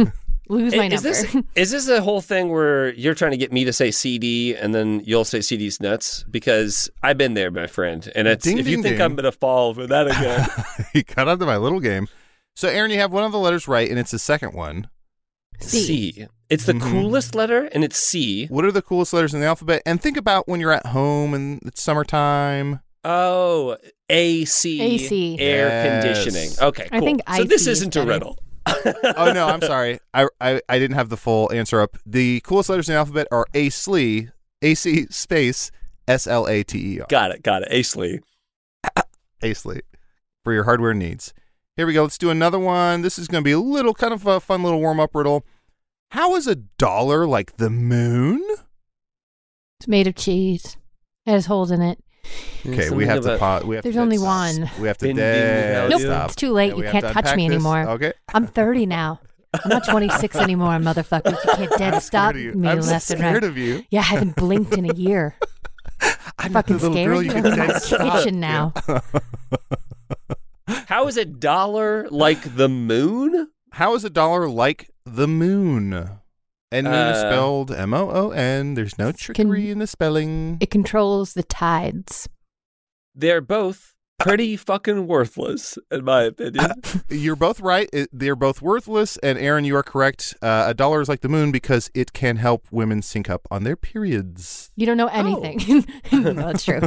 [SPEAKER 4] Lose my
[SPEAKER 3] I- is
[SPEAKER 4] number.
[SPEAKER 3] this is this a whole thing where you're trying to get me to say CD and then you'll say CD's nuts? Because I've been there, my friend, and it's
[SPEAKER 2] Ding,
[SPEAKER 3] if you
[SPEAKER 2] ding,
[SPEAKER 3] think
[SPEAKER 2] ding.
[SPEAKER 3] I'm gonna fall for that again,
[SPEAKER 5] he got onto my little game.
[SPEAKER 2] so, Aaron, you have one of the letters right, and it's the second one.
[SPEAKER 4] C.
[SPEAKER 3] C. It's the
[SPEAKER 2] Mhm.
[SPEAKER 3] coolest letter, and it's C.
[SPEAKER 2] What are the coolest letters in the alphabet? And think about when you're at home and it's summertime.
[SPEAKER 3] Oh, AC,
[SPEAKER 4] AC.
[SPEAKER 3] air
[SPEAKER 2] Yes.
[SPEAKER 3] conditioning. Okay,
[SPEAKER 4] I
[SPEAKER 3] cool.
[SPEAKER 4] think
[SPEAKER 3] so. This
[SPEAKER 4] IC is
[SPEAKER 3] isn't a
[SPEAKER 4] better.
[SPEAKER 3] riddle.
[SPEAKER 2] Oh no, I'm sorry. I, I I didn't have the full answer up. The coolest letters in the alphabet are A C A C space S L A T E R.
[SPEAKER 3] Got it. Got it. Acely.
[SPEAKER 2] Acelate E, for your hardware needs. Here we go. Let's do another one. This is going to be a little kind of a fun little warm up riddle. How is a dollar like the moon?
[SPEAKER 4] It's made of cheese. It has holes in it.
[SPEAKER 2] Okay, we have to pause. We have
[SPEAKER 4] There's
[SPEAKER 2] to
[SPEAKER 4] only
[SPEAKER 2] stop.
[SPEAKER 4] one.
[SPEAKER 2] We have to
[SPEAKER 3] Bending
[SPEAKER 2] dead
[SPEAKER 3] value.
[SPEAKER 4] Nope,
[SPEAKER 3] Nope.
[SPEAKER 2] stop.
[SPEAKER 4] it's too late.
[SPEAKER 2] Yeah,
[SPEAKER 4] you
[SPEAKER 2] we have
[SPEAKER 4] can't
[SPEAKER 2] to
[SPEAKER 4] touch me
[SPEAKER 2] unpack this.
[SPEAKER 4] anymore.
[SPEAKER 2] Okay.
[SPEAKER 4] I'm 30 now. I'm not 26 anymore, motherfucker. You can't dead stop
[SPEAKER 2] scared of
[SPEAKER 4] me
[SPEAKER 2] you. I'm so
[SPEAKER 4] left and right.
[SPEAKER 2] scared of you.
[SPEAKER 4] Yeah, I haven't blinked in a year.
[SPEAKER 2] I'm
[SPEAKER 4] Fucking
[SPEAKER 2] the little
[SPEAKER 4] scared.
[SPEAKER 2] girl
[SPEAKER 4] you
[SPEAKER 2] you
[SPEAKER 4] live
[SPEAKER 2] can
[SPEAKER 4] in my
[SPEAKER 2] dead stop.
[SPEAKER 4] kitchen now.
[SPEAKER 3] How is a dollar like the moon?
[SPEAKER 2] How is a dollar like the moon? And moon is
[SPEAKER 3] Uh,
[SPEAKER 2] spelled M O O N. There's no trickery in the spelling.
[SPEAKER 4] It controls the tides.
[SPEAKER 3] They're both pretty fucking worthless, in my opinion.
[SPEAKER 2] You're both right. It, they're both worthless. And Aaron, you are correct. Uh, a dollar is like the moon because it can help women sync up on their periods.
[SPEAKER 4] You don't know anything. No, that's true.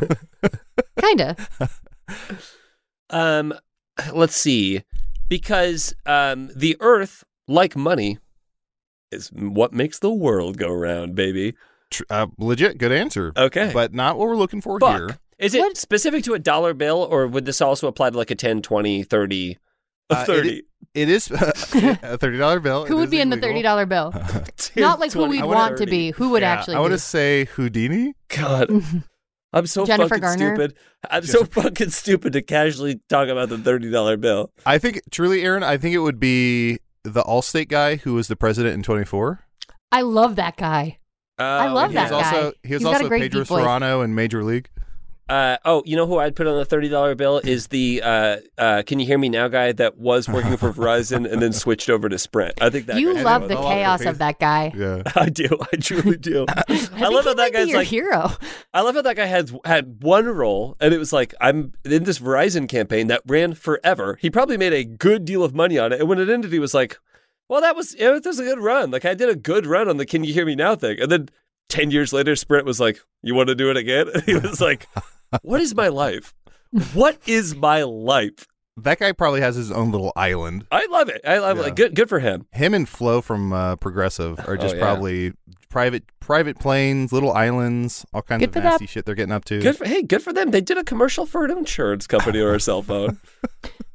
[SPEAKER 4] Kinda.
[SPEAKER 3] um, let's see, because um, the Earth, like money, is what makes the world go round, baby.
[SPEAKER 2] Tr- uh, legit, good answer.
[SPEAKER 3] Okay,
[SPEAKER 2] But not what we're looking for
[SPEAKER 3] Fuck.
[SPEAKER 2] here.
[SPEAKER 3] Is it
[SPEAKER 4] What-
[SPEAKER 3] specific to a dollar bill, or would this also apply to like a 10, 20, 30, a
[SPEAKER 2] Uh, it-
[SPEAKER 3] 30?
[SPEAKER 2] It is a thirty dollar bill.
[SPEAKER 4] Who
[SPEAKER 2] It
[SPEAKER 4] would
[SPEAKER 2] Oh, is
[SPEAKER 4] be in the
[SPEAKER 2] illegal.
[SPEAKER 4] $30 bill? Not like who
[SPEAKER 3] 20,
[SPEAKER 4] we'd
[SPEAKER 2] I wanna-
[SPEAKER 4] want to be. Who would
[SPEAKER 2] Yeah,
[SPEAKER 4] actually
[SPEAKER 2] I want
[SPEAKER 4] be.
[SPEAKER 2] to say Houdini.
[SPEAKER 3] God, I'm so
[SPEAKER 4] Mm-hmm. Jennifer
[SPEAKER 3] fucking
[SPEAKER 4] Garner?
[SPEAKER 3] stupid. I'm so
[SPEAKER 2] Jennifer-
[SPEAKER 3] fucking stupid to casually talk about the thirty dollar bill.
[SPEAKER 2] I think truly, Aaron. I think it would be the Allstate guy who was the president in twenty four.
[SPEAKER 4] I love that guy. I love
[SPEAKER 2] Um, He
[SPEAKER 4] that
[SPEAKER 2] was
[SPEAKER 4] guy.
[SPEAKER 2] also he was
[SPEAKER 4] He's got a
[SPEAKER 2] also
[SPEAKER 4] great
[SPEAKER 2] Pedro
[SPEAKER 4] deep voice.
[SPEAKER 2] Serrano in Major League.
[SPEAKER 3] Uh, oh, you know who I'd put on the thirty dollar bill is the uh, uh, "Can you hear me now?" guy that was working for Verizon and then switched over to Sprint. I think that
[SPEAKER 4] You
[SPEAKER 3] guy-
[SPEAKER 2] And
[SPEAKER 4] love
[SPEAKER 2] with
[SPEAKER 4] the
[SPEAKER 2] a lot of
[SPEAKER 4] chaos of
[SPEAKER 2] faith.
[SPEAKER 4] that guy.
[SPEAKER 2] Yeah.
[SPEAKER 3] I do. I truly do. I,
[SPEAKER 4] think
[SPEAKER 3] love
[SPEAKER 4] he
[SPEAKER 3] how that
[SPEAKER 4] might be
[SPEAKER 3] guy's
[SPEAKER 4] your
[SPEAKER 3] like.
[SPEAKER 4] hero.
[SPEAKER 3] I love how that guy had had one role, and it was like I'm in this Verizon campaign that ran forever. He probably made a good deal of money on it, and when it ended, he was like, "Well, that was it was, that was a good run. Like I did a good run on the Can You Hear Me Now thing." And then ten years later, Sprint was like, "You want to do it again?" And he was like, "What is my life? What is my life?
[SPEAKER 2] That guy probably has his own little island.
[SPEAKER 3] I love it. I love
[SPEAKER 2] Yeah.
[SPEAKER 3] it. Good, good for him."
[SPEAKER 2] Him and Flo from uh, Progressive are just
[SPEAKER 3] Oh, yeah.
[SPEAKER 2] probably private private planes, little islands, all kinds
[SPEAKER 4] Good for
[SPEAKER 2] of
[SPEAKER 4] that.
[SPEAKER 2] nasty shit they're getting up to.
[SPEAKER 3] Good for, hey, good for them. They did a commercial for an insurance company or a cell phone.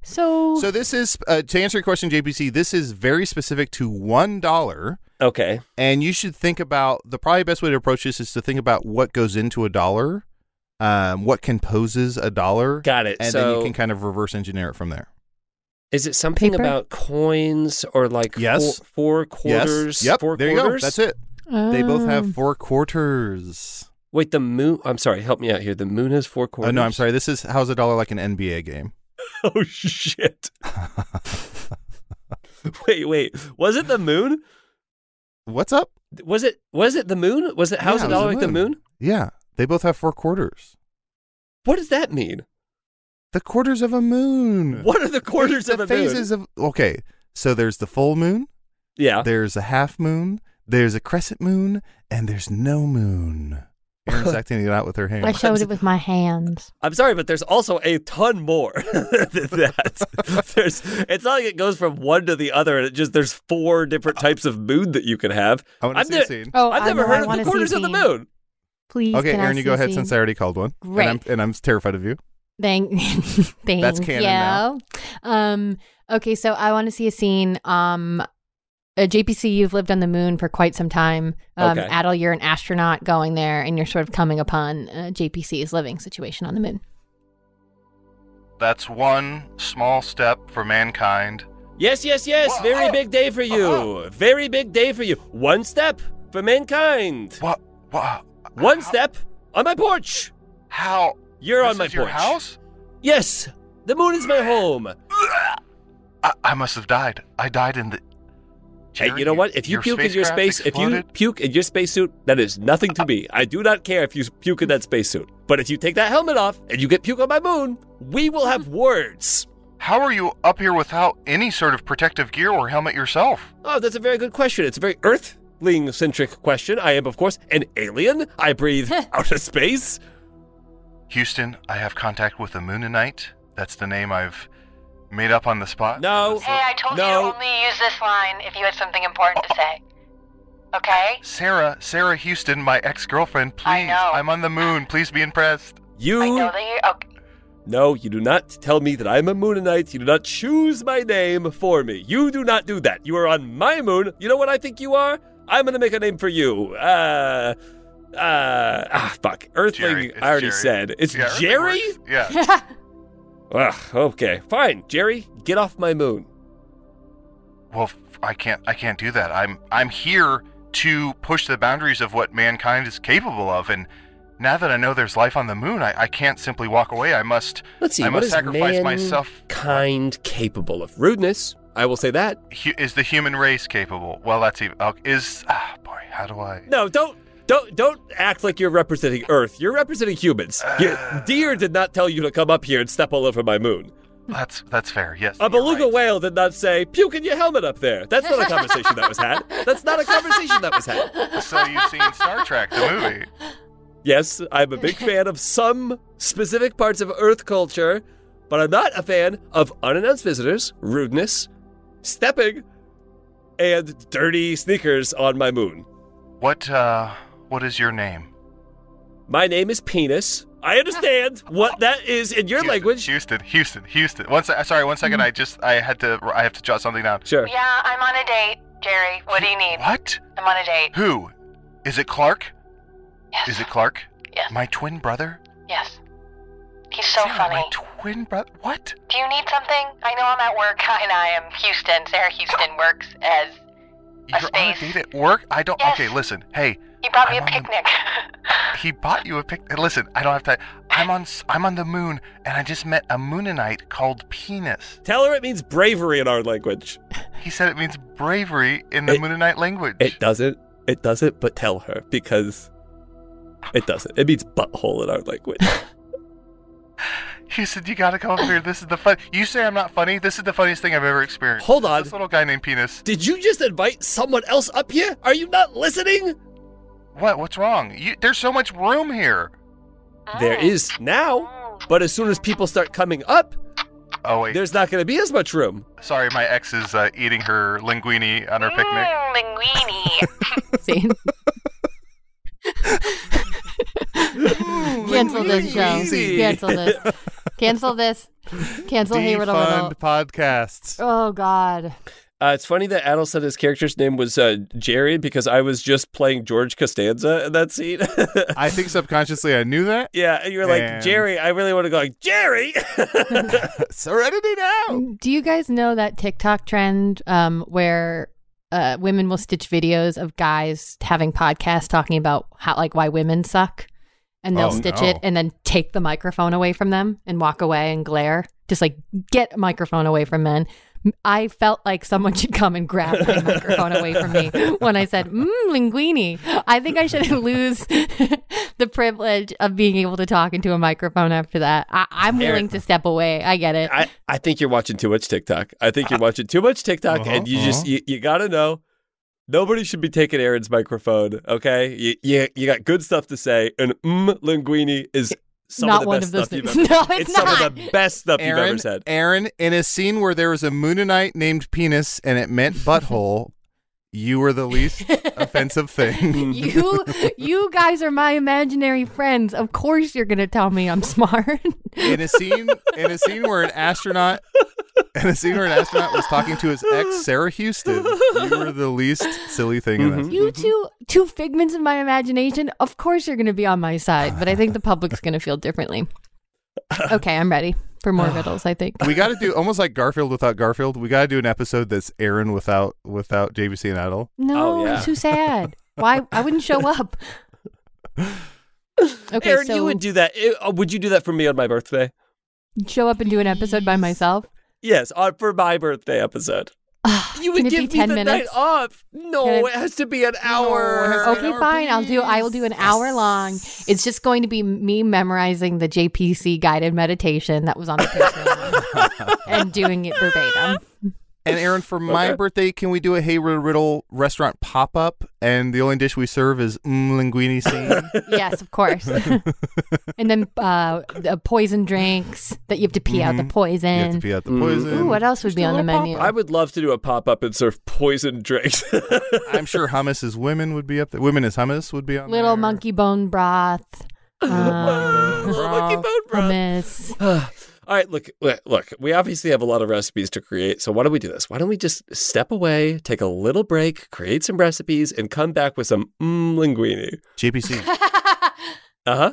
[SPEAKER 4] So,
[SPEAKER 2] so this is uh, to answer your question, JPC. This is very specific to one dollar,
[SPEAKER 3] Okay.
[SPEAKER 2] and you should think about the probably best way to approach this is to think about what goes into a dollar, um, what composes a dollar,
[SPEAKER 3] Got it.
[SPEAKER 2] and then
[SPEAKER 3] So-
[SPEAKER 2] you can kind of reverse engineer it from there.
[SPEAKER 3] Is it something
[SPEAKER 4] Paper?
[SPEAKER 3] about coins or like
[SPEAKER 2] Yes.
[SPEAKER 3] four, four quarters?
[SPEAKER 2] Yes. Yep.
[SPEAKER 3] Four
[SPEAKER 2] there you go.
[SPEAKER 3] quarters?
[SPEAKER 2] That's it. They both
[SPEAKER 4] Um,
[SPEAKER 2] have four quarters.
[SPEAKER 3] Wait, the moon. I'm sorry. Help me out here. The moon has four quarters.
[SPEAKER 2] Oh no, I'm sorry. This is how's a dollar like an NBA game?
[SPEAKER 3] oh shit. wait, wait. Was it the moon?
[SPEAKER 2] What's up?
[SPEAKER 3] Was it? Was it the moon? Was it? How's
[SPEAKER 2] Yeah,
[SPEAKER 3] it
[SPEAKER 2] it was
[SPEAKER 3] all
[SPEAKER 2] the
[SPEAKER 3] like the
[SPEAKER 2] moon.
[SPEAKER 3] moon?
[SPEAKER 2] Yeah, they both have four quarters.
[SPEAKER 3] What does that mean?
[SPEAKER 2] The quarters of a moon.
[SPEAKER 3] What are the quarters
[SPEAKER 2] the
[SPEAKER 3] of a moon?
[SPEAKER 2] phases of okay. So there's the full moon.
[SPEAKER 3] Yeah.
[SPEAKER 2] There's a half moon. There's a crescent moon, and there's no moon. Erin's acting it out with her
[SPEAKER 4] I
[SPEAKER 2] hand.
[SPEAKER 4] showed it with my hands.
[SPEAKER 3] I'm sorry, but there's also a ton more than that. there's, it's not like it goes from one to the other, and it just there's four different types of moon that you can have.
[SPEAKER 2] I want to
[SPEAKER 3] I've
[SPEAKER 2] see
[SPEAKER 3] ne-
[SPEAKER 2] a scene.
[SPEAKER 4] Oh,
[SPEAKER 3] I've
[SPEAKER 4] I
[SPEAKER 3] never
[SPEAKER 4] know, I
[SPEAKER 3] heard of
[SPEAKER 4] wanna
[SPEAKER 3] the
[SPEAKER 4] see
[SPEAKER 3] quarters of the
[SPEAKER 4] scene.
[SPEAKER 3] moon.
[SPEAKER 4] Please,
[SPEAKER 2] okay,
[SPEAKER 4] can I
[SPEAKER 2] Aaron, you go
[SPEAKER 4] see
[SPEAKER 2] ahead
[SPEAKER 4] scene?
[SPEAKER 2] since I already called one. And I'm,
[SPEAKER 4] Great.
[SPEAKER 2] and I'm terrified of you.
[SPEAKER 4] Thank, thank
[SPEAKER 2] That's canon
[SPEAKER 4] you.
[SPEAKER 2] now.
[SPEAKER 4] Um, okay, so I want to see a scene. Um, uh, JPC, you've lived on the moon for quite some time. Um,
[SPEAKER 3] Okay.
[SPEAKER 4] Adel, you're an astronaut going there, and you're sort of coming upon uh, JPC's living situation on the moon.
[SPEAKER 2] That's one small step for mankind.
[SPEAKER 3] Yes, yes, yes.
[SPEAKER 2] Wha-
[SPEAKER 3] Very
[SPEAKER 2] oh.
[SPEAKER 3] big day for you.
[SPEAKER 2] Uh-huh.
[SPEAKER 3] Very big day for you. One step for mankind.
[SPEAKER 2] What? What?
[SPEAKER 3] One step on my porch.
[SPEAKER 2] How?
[SPEAKER 3] You're
[SPEAKER 2] this
[SPEAKER 3] on my
[SPEAKER 2] is your
[SPEAKER 3] porch.
[SPEAKER 2] house?
[SPEAKER 3] Yes, the moon is my home.
[SPEAKER 2] I, I must have died. I died in the.
[SPEAKER 3] Hey,
[SPEAKER 2] Jerry,
[SPEAKER 3] you know what? If you
[SPEAKER 2] your
[SPEAKER 3] puke in your
[SPEAKER 2] spacecraft
[SPEAKER 3] space, if you
[SPEAKER 2] exploded?
[SPEAKER 3] puke in your spacesuit, that is nothing to me. I do not care if you puke in that spacesuit. But if you take that helmet off and you get puke on my moon, we will
[SPEAKER 2] Hmm.
[SPEAKER 3] have words.
[SPEAKER 2] How are you up here without any sort of protective gear or helmet yourself?
[SPEAKER 3] Oh, that's a very good question. It's a very Earthling centric question. I am, of course, an alien. I breathe out of space.
[SPEAKER 2] Houston, I have contact with the Moonanite. That's the name I've made up on the spot.
[SPEAKER 3] No.
[SPEAKER 6] Hey, I told
[SPEAKER 3] no.
[SPEAKER 6] you to only use this line if you had something important to say. Okay?
[SPEAKER 2] Sarah, Sarah Houston, my ex girlfriend, please.
[SPEAKER 6] I know.
[SPEAKER 2] I'm on the moon. Please be impressed.
[SPEAKER 3] You
[SPEAKER 6] I know that you. Okay.
[SPEAKER 3] No, you do not tell me that I am a Moonanite. You do not choose my name for me. You do not do that. You are on my moon. You know what I think you are? I'm gonna make a name for you. Uh, uh, ah, fuck.
[SPEAKER 2] Jerry,
[SPEAKER 3] Earthling.
[SPEAKER 2] it's
[SPEAKER 3] I already
[SPEAKER 2] Jerry.
[SPEAKER 3] said it's
[SPEAKER 2] Yeah, everything
[SPEAKER 3] Jerry.
[SPEAKER 2] works. Yeah.
[SPEAKER 3] Ugh, okay, fine. Jerry, get off my moon.
[SPEAKER 2] Well, f- I can't. I can't do that. I'm. I'm here to push the boundaries of what mankind is capable of, and now that I know there's life on the moon, I, I can't simply walk away. I must.
[SPEAKER 3] Let's see.
[SPEAKER 2] I
[SPEAKER 3] what
[SPEAKER 2] must
[SPEAKER 3] is
[SPEAKER 2] sacrifice myself.
[SPEAKER 3] Kind capable of rudeness. I will say that.
[SPEAKER 2] Hu- is the human race capable? Well, that's even. Uh, is ah boy, how do I?
[SPEAKER 3] No, don't. Don't don't act like you're representing Earth. You're representing humans.
[SPEAKER 2] Uh.
[SPEAKER 3] Your deer did not tell you to come up here and step all over my moon.
[SPEAKER 2] That's that's fair. Yes.
[SPEAKER 3] A
[SPEAKER 2] you're
[SPEAKER 3] beluga
[SPEAKER 2] right.
[SPEAKER 3] whale did not say, puke in your helmet up there. That's not a conversation that was had. That's not a conversation that was had.
[SPEAKER 2] So you've seen Star Trek the movie?
[SPEAKER 3] Yes, I'm a big fan of some specific parts of Earth culture, but I'm not a fan of unannounced visitors, rudeness, stepping, and dirty sneakers on my moon.
[SPEAKER 2] What uh? What is your name?
[SPEAKER 3] My name is Penis. I understand what that is in your
[SPEAKER 2] Houston,
[SPEAKER 3] language. Hmm.
[SPEAKER 2] Houston, Houston, Houston. One sec. Sorry, one second. I just. I had to. I have to jot something down.
[SPEAKER 3] Sure.
[SPEAKER 6] Yeah, I'm on a date, Jerry. What do you need?
[SPEAKER 2] What?
[SPEAKER 6] I'm on a date.
[SPEAKER 2] Who? Is it Clark?
[SPEAKER 6] Yes.
[SPEAKER 2] Is it Clark?
[SPEAKER 6] Yes.
[SPEAKER 2] My twin brother?
[SPEAKER 6] Yes. He's so
[SPEAKER 2] Sarah,
[SPEAKER 6] funny.
[SPEAKER 2] My twin brother? What?
[SPEAKER 6] do you need something? I know I'm at work, and I am Houston. Sarah Houston works as.
[SPEAKER 2] You're on a
[SPEAKER 6] space.
[SPEAKER 2] date at work? I don't.
[SPEAKER 6] Yes.
[SPEAKER 2] Okay, listen. Hey,
[SPEAKER 6] He brought me
[SPEAKER 2] I'm
[SPEAKER 6] a
[SPEAKER 2] on the-
[SPEAKER 6] picnic.
[SPEAKER 2] he bought you a pic. Listen, I don't have to. I'm on. s- I'm on the moon, and I just met a Moonanite called Penis.
[SPEAKER 3] Tell her it means bravery in our language.
[SPEAKER 2] He said it means bravery in the
[SPEAKER 3] It-
[SPEAKER 2] Moonanite language.
[SPEAKER 3] It doesn't. It doesn't, but tell her because it doesn't. It means butthole in our language.
[SPEAKER 2] He said, "You gotta come up here. This is the fun. You say I'm not funny. This is the funniest thing I've ever experienced."
[SPEAKER 3] Hold
[SPEAKER 2] It's
[SPEAKER 3] on.
[SPEAKER 2] This little guy named Penis.
[SPEAKER 3] Did you just invite someone else up here? Are you not listening?
[SPEAKER 2] What? What's wrong? You, there's so much room here.
[SPEAKER 3] There is now, but as soon as people start coming up,
[SPEAKER 2] Oh wait.
[SPEAKER 3] there's not going to be as much room.
[SPEAKER 2] Sorry, my ex is uh, eating her linguine on her picnic.
[SPEAKER 6] Mm, linguine.
[SPEAKER 4] Scene. Cancel this show.
[SPEAKER 5] Easy.
[SPEAKER 4] Cancel this. Cancel this. Cancel Hayward a little.
[SPEAKER 5] Defund podcasts.
[SPEAKER 4] Oh God.
[SPEAKER 3] Uh, it's funny that Adel said his character's name was uh, Jerry because I was just playing George Costanza in that scene.
[SPEAKER 5] I think subconsciously I knew that.
[SPEAKER 3] yeah, and you were like,
[SPEAKER 5] And-
[SPEAKER 3] Jerry, I really want to go like, Jerry!
[SPEAKER 5] Serenity now.
[SPEAKER 4] Do you guys know that TikTok trend um, where uh, women will stitch videos of guys having podcasts talking about how like why women suck, and they'll
[SPEAKER 5] Oh,
[SPEAKER 4] stitch
[SPEAKER 5] no.
[SPEAKER 4] it and then take the microphone away from them and walk away and glare, just like get a microphone away from men. M- I felt like someone should come and grab my microphone away from me when I said mm, linguini. I think I should lose the privilege of being able to talk into a microphone after that. I- I'm
[SPEAKER 3] Eric-
[SPEAKER 4] willing to step away. I get it.
[SPEAKER 3] I, I think you're watching too much TikTok. I think you're watching too much TikTok,
[SPEAKER 5] Uh-huh,
[SPEAKER 3] and you just
[SPEAKER 5] uh-huh.
[SPEAKER 3] you, you gotta know nobody should be taking Aaron's microphone. Okay, you you, you got good stuff to say, and mm, linguini is some
[SPEAKER 4] Not
[SPEAKER 3] of the
[SPEAKER 4] one
[SPEAKER 3] best
[SPEAKER 4] of those
[SPEAKER 3] stuff you've
[SPEAKER 4] things.
[SPEAKER 3] ever.
[SPEAKER 4] No, it's
[SPEAKER 3] some of the
[SPEAKER 4] not.
[SPEAKER 3] best stuff you've
[SPEAKER 5] Aaron,
[SPEAKER 3] ever said.
[SPEAKER 5] Aaron, in a scene where there was a Moonanite named Penis and it meant butthole,
[SPEAKER 2] You were the least offensive thing.
[SPEAKER 4] you you guys are my imaginary friends. Of course you're gonna tell me I'm smart.
[SPEAKER 2] in a scene in a scene where an astronaut in a scene where an astronaut was talking to his ex Sarah Houston. You were the least silly thing in that.
[SPEAKER 4] you two two figments of my imagination. Of course you're gonna be on my side, but I think the public's gonna feel differently. Okay, I'm ready for more riddles, I
[SPEAKER 3] Oh,
[SPEAKER 4] think.
[SPEAKER 2] We got to do almost like Garfield without Garfield. We got to do an episode that's Aaron without without JVC and Adel.
[SPEAKER 4] No,
[SPEAKER 3] Oh, yeah.
[SPEAKER 4] it's too sad. Why I wouldn't show up. Okay,
[SPEAKER 3] Aaron,
[SPEAKER 4] so
[SPEAKER 3] you would do that. eh, uh, would you do that for me on my birthday?
[SPEAKER 4] show up and do an episode by myself.
[SPEAKER 3] Yes, on, for my birthday episode. You would
[SPEAKER 4] Can it
[SPEAKER 3] give
[SPEAKER 4] be
[SPEAKER 3] me
[SPEAKER 4] 10
[SPEAKER 3] the
[SPEAKER 4] minutes?
[SPEAKER 3] night off. No,
[SPEAKER 4] Can it-
[SPEAKER 3] Oh, it has to be an hour.
[SPEAKER 4] Okay, fine. I'll do. I will do an hour long. It's just going to be me memorizing the JPC guided meditation that was on the Patreon and doing it verbatim.
[SPEAKER 2] And Aaron, for my
[SPEAKER 3] Okay.
[SPEAKER 2] birthday, can we do a Hey Riddle restaurant pop up? And the only dish we serve is mm, linguine scene.
[SPEAKER 4] Yes, of course. and then uh, the poison drinks that you have to pee out the
[SPEAKER 2] Mm-hmm. you have to
[SPEAKER 4] poison.
[SPEAKER 2] pee out the
[SPEAKER 3] Mm-hmm.
[SPEAKER 2] poison.
[SPEAKER 4] Ooh, what else would be on the menu?
[SPEAKER 3] I would love to do a pop up and serve poison drinks.
[SPEAKER 2] I'm sure hummus is women would be up there. Women is hummus would be on
[SPEAKER 4] Little
[SPEAKER 2] there.
[SPEAKER 4] monkey bone broth, um,
[SPEAKER 3] Little monkey
[SPEAKER 2] Broth.
[SPEAKER 3] bone broth.
[SPEAKER 4] hummus.
[SPEAKER 3] All right, look, look, look, we obviously have a lot of recipes to create. So why don't we do this? Why don't we just step away, take a little break, create some recipes, and come back with some mm, linguine?
[SPEAKER 2] JPC.
[SPEAKER 3] Uh huh.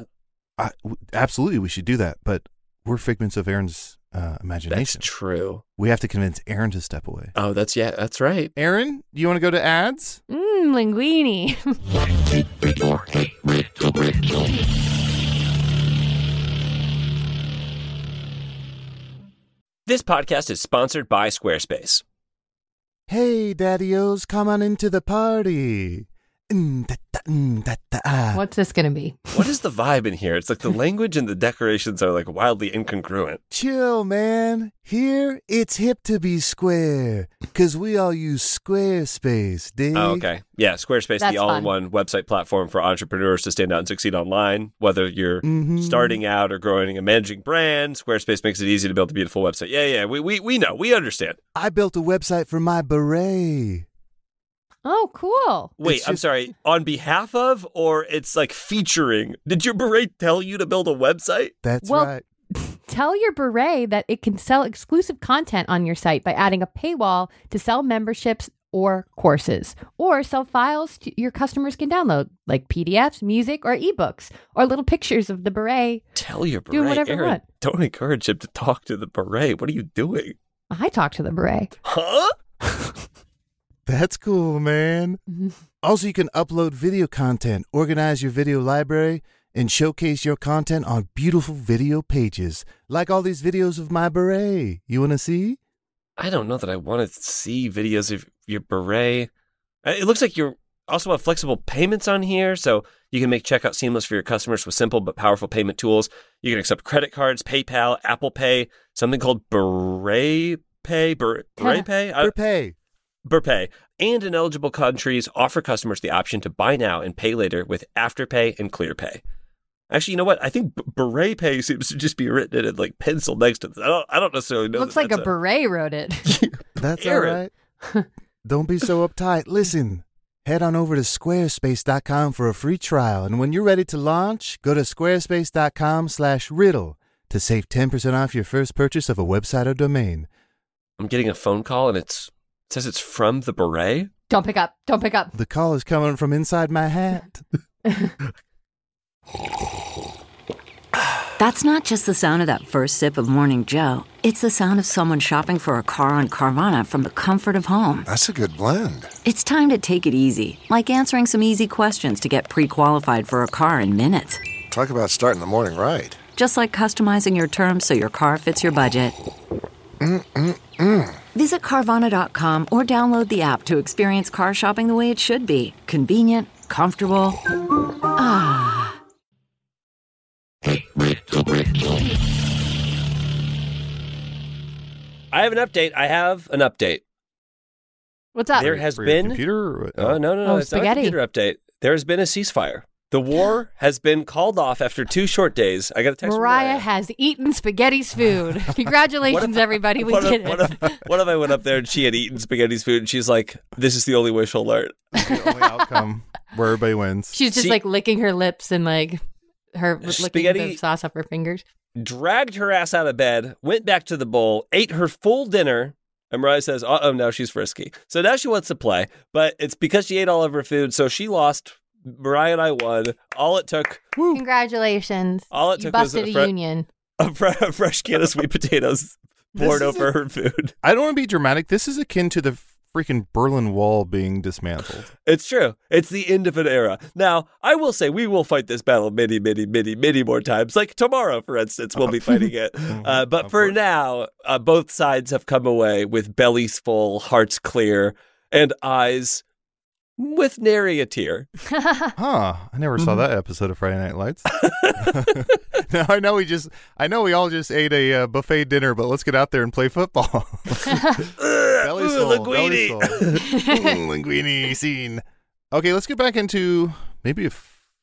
[SPEAKER 2] I, w- absolutely, we should do that. But we're figments of Aaron's uh,
[SPEAKER 3] That's
[SPEAKER 2] imagination.
[SPEAKER 3] true.
[SPEAKER 2] we have to convince Aaron to step away.
[SPEAKER 3] Oh, that's yeah, that's right.
[SPEAKER 2] Aaron, do you want to go to ads?
[SPEAKER 4] Mmm, linguine.
[SPEAKER 3] This podcast is sponsored by Squarespace.
[SPEAKER 2] Hey, Daddy O's, come on into the party. Mm, da, da, mm, da, da, ah.
[SPEAKER 4] What's this going to be?
[SPEAKER 3] What is the vibe in here? It's like the language and the decorations are like wildly incongruent.
[SPEAKER 2] Chill, man. Here, it's hip to be square, because we all use Squarespace, dig?
[SPEAKER 3] Oh, okay. Yeah,
[SPEAKER 4] Mm-hmm.
[SPEAKER 3] Squarespace,
[SPEAKER 4] That's
[SPEAKER 3] the
[SPEAKER 4] fun.
[SPEAKER 3] all in one website platform for entrepreneurs to stand out and succeed online. Whether you're
[SPEAKER 4] Mm-hmm.
[SPEAKER 2] Mhm.
[SPEAKER 3] starting out or growing a managing brand, Squarespace makes it easy to build a beautiful website. Yeah, yeah, we, we, we know. We understand.
[SPEAKER 2] I built a website for my beret.
[SPEAKER 4] Oh, cool.
[SPEAKER 3] Wait,
[SPEAKER 2] It's
[SPEAKER 3] I'm
[SPEAKER 2] just-
[SPEAKER 3] sorry. On behalf of, or it's like featuring? Did your beret tell you to build a website?
[SPEAKER 2] That's
[SPEAKER 4] Well,
[SPEAKER 2] right.
[SPEAKER 4] Tell your beret that it can sell exclusive content on your site by adding a paywall to sell memberships or courses, or sell files to your customers can download, like PDFs, music, or ebooks, or little pictures of the beret.
[SPEAKER 3] Tell your beret.
[SPEAKER 4] Do whatever you
[SPEAKER 3] Aaron,
[SPEAKER 4] want.
[SPEAKER 3] Don't encourage him to talk to the beret. What are you doing?
[SPEAKER 4] I talked to the beret.
[SPEAKER 3] Huh?
[SPEAKER 2] That's cool, man. Also, you can upload video content, organize your video library, and showcase your content on beautiful video pages, like all these videos of my beret. You want to see?
[SPEAKER 3] I don't know that I want to see videos of your beret. Uh, It looks like you also have flexible payments on here, so you can make checkout seamless for your customers with simple but powerful payment tools. You can accept credit cards, PayPal, Apple Pay, something called Beret Pay, Ber- Beret Pay, I-
[SPEAKER 2] Prepay.
[SPEAKER 3] Burpay, and in eligible countries offer customers the option to buy now and pay later with Afterpay and ClearPay. Actually, you know what? I think B- Beret Pay seems to just be written in like pencil next to. The, I don't. I don't necessarily know.
[SPEAKER 4] Looks
[SPEAKER 3] that
[SPEAKER 4] like a
[SPEAKER 3] that's
[SPEAKER 4] beret wrote it.
[SPEAKER 2] That's all
[SPEAKER 3] Aaron.
[SPEAKER 2] right. Don't be so uptight. Listen, head on over to squarespace.com for a free trial, and when you're ready to launch, go to squarespace.com/riddle to save 10% off your first purchase of a website or domain.
[SPEAKER 3] I'm getting a phone call and it's it says it's from the beret.
[SPEAKER 4] Don't pick up. Don't pick up.
[SPEAKER 2] The call is coming from inside my hat.
[SPEAKER 7] That's not just the sound of that first sip of Morning Joe. It's the sound of someone shopping for a car on Carvana from the comfort of home.
[SPEAKER 8] That's a good blend.
[SPEAKER 7] It's time to take it easy, like answering some easy questions to get pre qualified for a car in minutes.
[SPEAKER 8] Talk about starting the morning right.
[SPEAKER 7] Just like customizing your terms so your car fits your budget. Visit Carvana.com or download the app to experience car shopping the way it should be convenient, comfortable. Ah.
[SPEAKER 3] I have an update. I have an update.
[SPEAKER 4] What's up?
[SPEAKER 3] There has
[SPEAKER 2] For your
[SPEAKER 3] been
[SPEAKER 2] computer. or what?
[SPEAKER 3] Oh no no no!
[SPEAKER 4] Oh,
[SPEAKER 3] it's not a
[SPEAKER 4] spaghetti.
[SPEAKER 3] computer update. There has been a ceasefire. The war has been called off after two short days. I got a text. from
[SPEAKER 4] Mariah has eaten spaghetti's food. Congratulations, everybody. We
[SPEAKER 3] what
[SPEAKER 4] did
[SPEAKER 3] if, what,
[SPEAKER 4] it.
[SPEAKER 3] if, what if I went up there and she had eaten spaghetti's food and she's like, this is the only way she'll learn?
[SPEAKER 5] the only outcome where everybody wins.
[SPEAKER 4] She's just
[SPEAKER 3] she-
[SPEAKER 4] like licking her lips and like her licking
[SPEAKER 3] Spaghetti-
[SPEAKER 4] the sauce off her fingers.
[SPEAKER 3] Dragged her ass out of bed, went back to the bowl, ate her full dinner. And Mariah says, uh oh, now she's frisky. So now she wants to play, but it's because she ate all of her food. So she lost. Mariah and I won. All it took,
[SPEAKER 4] Congratulations.
[SPEAKER 3] all it
[SPEAKER 4] You
[SPEAKER 3] took was
[SPEAKER 4] busted
[SPEAKER 3] a,
[SPEAKER 4] a
[SPEAKER 3] fre-
[SPEAKER 4] union.
[SPEAKER 3] a fre- a fresh can of sweet potatoes poured
[SPEAKER 5] This is
[SPEAKER 3] over her food.
[SPEAKER 5] I don't want to be dramatic. This is akin to the freaking Berlin Wall being dismantled.
[SPEAKER 3] It's true. It's the end of an era. Now, I will say we will fight this battle many, many, many, many more times. Like tomorrow, for instance, we'll be fighting it. Uh, but
[SPEAKER 5] Mm-hmm. Of
[SPEAKER 3] for
[SPEAKER 5] course.
[SPEAKER 3] now, uh, both sides have come away with bellies full, hearts clear, and eyes with nary a tear.
[SPEAKER 5] Huh. I never
[SPEAKER 2] Mm-hmm.
[SPEAKER 5] saw that episode of Friday Night Lights. now I know we just I know we all just ate a uh, buffet dinner, but let's get out there and play football. belly
[SPEAKER 3] Ooh,
[SPEAKER 5] soul,
[SPEAKER 3] linguine.
[SPEAKER 5] belly soul. Ooh, linguine scene. Okay, let's get back into maybe a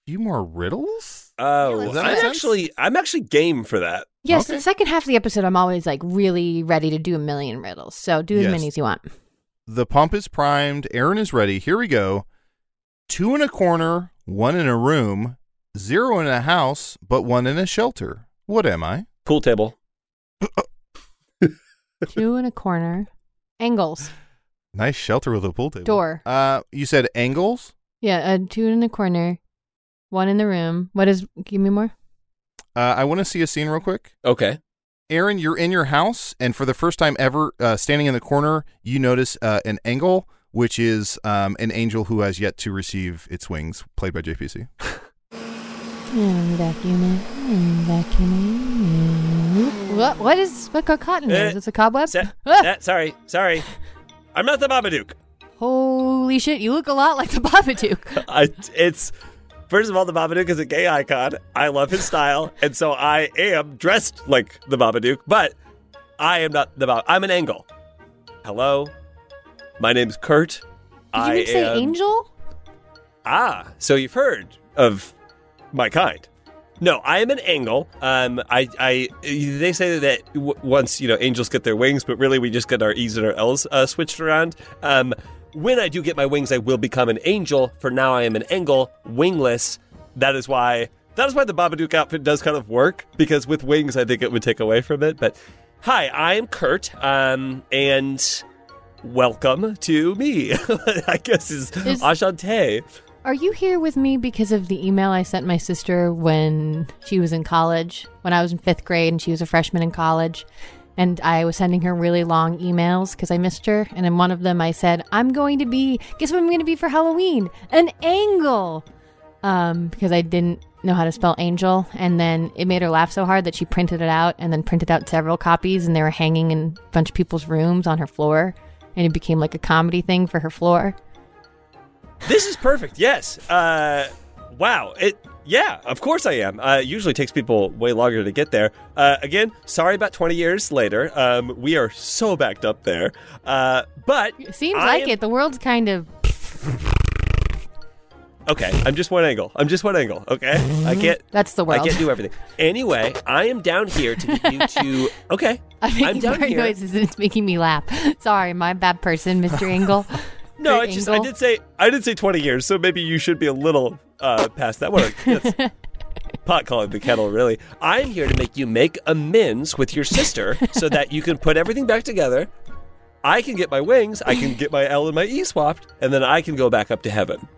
[SPEAKER 5] few more riddles.
[SPEAKER 3] Oh,
[SPEAKER 5] Does that make
[SPEAKER 3] I'm
[SPEAKER 5] sense?
[SPEAKER 3] actually, I'm actually game for that.
[SPEAKER 4] Yes,
[SPEAKER 5] Okay.
[SPEAKER 4] the second half of the episode, I'm always like really ready to do a million riddles. So do as
[SPEAKER 5] Yes.
[SPEAKER 4] many as you want.
[SPEAKER 5] The pump is primed. Aaron is ready. Here we go. Two in a corner, one in a room, zero in a house, but one in a shelter. What am I?
[SPEAKER 3] Pool table.
[SPEAKER 4] Two in a corner. Angles.
[SPEAKER 5] Nice shelter with a pool table.
[SPEAKER 4] Door.
[SPEAKER 5] Uh, you said angles.
[SPEAKER 4] Yeah, uh, two in a corner. One in the room. What is, give me more?
[SPEAKER 5] Uh, I want to see a scene real quick.
[SPEAKER 3] Okay.
[SPEAKER 5] Aaron, you're in your house, and for the first time ever, uh, standing in the corner, you notice uh, an angle, which is um, an angel who has yet to receive its wings, played by JPC.
[SPEAKER 4] And vacuum it. And vacuum it. What, what is, what got caught in there?
[SPEAKER 3] Eh,
[SPEAKER 4] Is this a cobweb?
[SPEAKER 3] Sa-
[SPEAKER 4] Ah!
[SPEAKER 3] that- sorry, sorry. I'm not the Babadook.
[SPEAKER 4] Holy shit, you look a lot like the Babadook.
[SPEAKER 3] I, it's first of all, the Babadook is a gay icon. I love his style, and so I am dressed like the Babadook, but I am not the Bob. I'm an angle. Hello, my name's Kurt.
[SPEAKER 4] Did
[SPEAKER 3] I
[SPEAKER 4] you say
[SPEAKER 3] am-
[SPEAKER 4] angel?
[SPEAKER 3] Ah, so you've heard of my kind. No, I am an angle. Um, I, I, they say that w- once you know angels get their wings, but really we just get our E's and our L's uh, switched around. Um, when I do get my wings, I will become an angel. For now, I am an angle, wingless. That is why that is why the Babadook outfit does kind of work because with wings, I think it would take away from it. But hi, I am Kurt, um, and welcome to me. I guess is,
[SPEAKER 4] Is-
[SPEAKER 3] Ashante.
[SPEAKER 4] Are you here with me because of the email I sent my sister when she was in college, when I was in fifth grade and she was a freshman in college? And I was sending her really long emails because I missed her. And in one of them, I said, I'm going to be, guess what I'm going to be for Halloween? An angle. Um, because I didn't know how to spell angel. And then it made her laugh so hard that she printed it out and then printed out several copies. And they were hanging in a bunch of people's rooms on her floor. And it became like a comedy thing for her floor.
[SPEAKER 3] This is perfect. Yes. Uh, wow. It. Yeah. Of course I am. Uh, it usually takes people way longer to get there. Uh, again, sorry about twenty years later. Um, we are so backed up there. Uh, but
[SPEAKER 4] It seems
[SPEAKER 3] I
[SPEAKER 4] like
[SPEAKER 3] am-
[SPEAKER 4] it. The world's kind of
[SPEAKER 3] Okay. I'm just one angle. I'm just one angle. Okay. I
[SPEAKER 4] Mm-hmm.
[SPEAKER 3] can't.
[SPEAKER 4] That's the world.
[SPEAKER 3] I can't do everything. Anyway, I am down here to get you to. Okay.
[SPEAKER 4] I'm
[SPEAKER 3] I'm
[SPEAKER 4] making
[SPEAKER 3] down
[SPEAKER 4] weird
[SPEAKER 3] here.
[SPEAKER 4] noises and it's making me laugh. Sorry, my bad person, Mr. Engel.
[SPEAKER 3] No,
[SPEAKER 4] Kurt
[SPEAKER 3] I just I
[SPEAKER 4] Angle.
[SPEAKER 3] did say I did say twenty years, so maybe you should be a little uh, past that one. That's pot calling the kettle, really. I'm here to make you make amends with your sister, so that you can put everything back together. I can get my wings, I can get my L and my E swapped, and then I can go back up to heaven.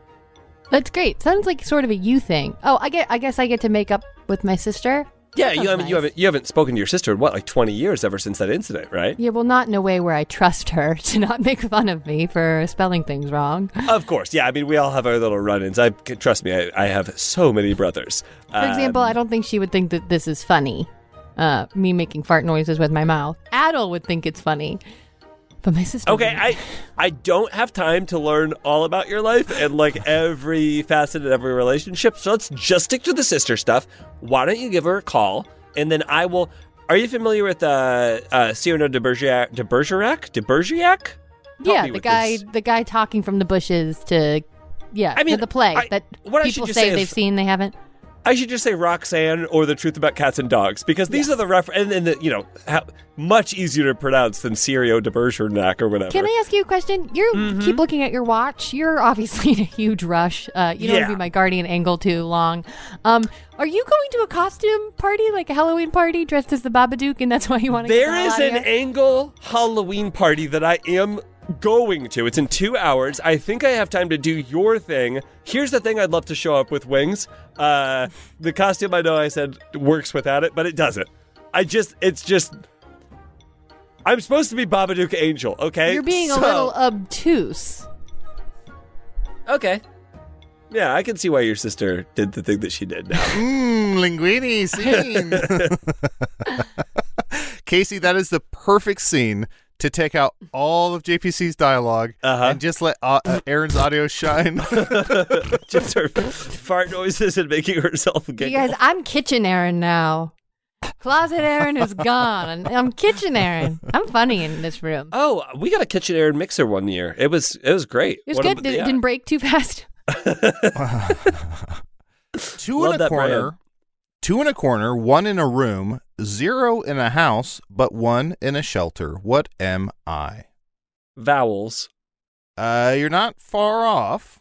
[SPEAKER 4] That's great. Sounds like sort of a you thing. Oh, I get. I guess I get to make up with my sister.
[SPEAKER 3] Yeah,
[SPEAKER 4] That
[SPEAKER 3] you
[SPEAKER 4] sounds
[SPEAKER 3] haven't, you
[SPEAKER 4] nice.
[SPEAKER 3] haven't you haven't spoken to your sister in what like twenty years ever since that incident, right?
[SPEAKER 4] Yeah, well, not in a way where I trust her to not make fun of me for spelling things wrong. For
[SPEAKER 3] Of course, yeah. I mean, we all have our little run-ins. I trust me, I, I have so many brothers. For
[SPEAKER 4] example, I don't think she would think that this is funny. Uh, me making fart noises with my mouth. Adel would think it's funny, but my sister.
[SPEAKER 3] Okay,
[SPEAKER 4] wouldn't.
[SPEAKER 3] I I don't have time to learn all about your life and like every facet of every relationship. So let's just stick to the sister stuff. Why don't you give her a call and then I will. Are you familiar with uh, uh, Cyrano de Bergerac? De Bergerac? De Bergerac? Help
[SPEAKER 4] yeah,
[SPEAKER 3] me
[SPEAKER 4] the
[SPEAKER 3] with
[SPEAKER 4] guy,
[SPEAKER 3] this.
[SPEAKER 4] the guy talking from the bushes to yeah,
[SPEAKER 3] I mean,
[SPEAKER 4] to the play
[SPEAKER 3] I-
[SPEAKER 4] that
[SPEAKER 3] what I should
[SPEAKER 4] people
[SPEAKER 3] just
[SPEAKER 4] say
[SPEAKER 3] say is-
[SPEAKER 4] they've seen, they haven't.
[SPEAKER 3] I should just say Roxanne or the truth about cats and dogs because these are the ref and, and the, you know how, much easier to pronounce than Sirio de Bergerac or whatever. Mm-hmm.
[SPEAKER 4] Can I ask you a question? You are keep looking at your watch. You're obviously in a huge rush. Uh, you don't want
[SPEAKER 3] Yeah.
[SPEAKER 4] to be my guardian angle too long. Um, are you going to a costume party, like a Halloween party, dressed as the Babadook, and that's why you want to?
[SPEAKER 3] There is an angle Halloween party that I am going to. It's in two hours. I think I have time to do your thing. Here's the thing I'd love to show up with wings. Uh, the costume I know I said works without it, but it doesn't. I just, it's just. I'm supposed to be Babadook Angel, okay?
[SPEAKER 4] You're being a
[SPEAKER 3] So-
[SPEAKER 4] little uh, obtuse.
[SPEAKER 3] Okay. Yeah, I can see why your sister did the thing that she did now.
[SPEAKER 5] Mmm, linguini scene. Casey, that is the perfect scene to take out all of JPC's dialog
[SPEAKER 3] Uh-huh.
[SPEAKER 5] and just let uh, uh, Aaron's audio shine.
[SPEAKER 3] Just her fart noises and making herself giggle.
[SPEAKER 4] You guys, I'm kitchen Aaron now. Closet Aaron is gone. I'm kitchen Aaron. I'm funny in this room.
[SPEAKER 3] Oh, we got a KitchenAid and mixer one year. It was it was great.
[SPEAKER 4] It was
[SPEAKER 3] One of
[SPEAKER 4] good.
[SPEAKER 3] the-
[SPEAKER 4] Did,
[SPEAKER 3] yeah.
[SPEAKER 4] Didn't break too fast.
[SPEAKER 5] two
[SPEAKER 3] Love
[SPEAKER 5] in a
[SPEAKER 3] that brand.
[SPEAKER 5] corner, two in a corner, one in a room, zero in a house, but one in a shelter. What am I?
[SPEAKER 3] vowels.
[SPEAKER 5] Uh, you're not far off.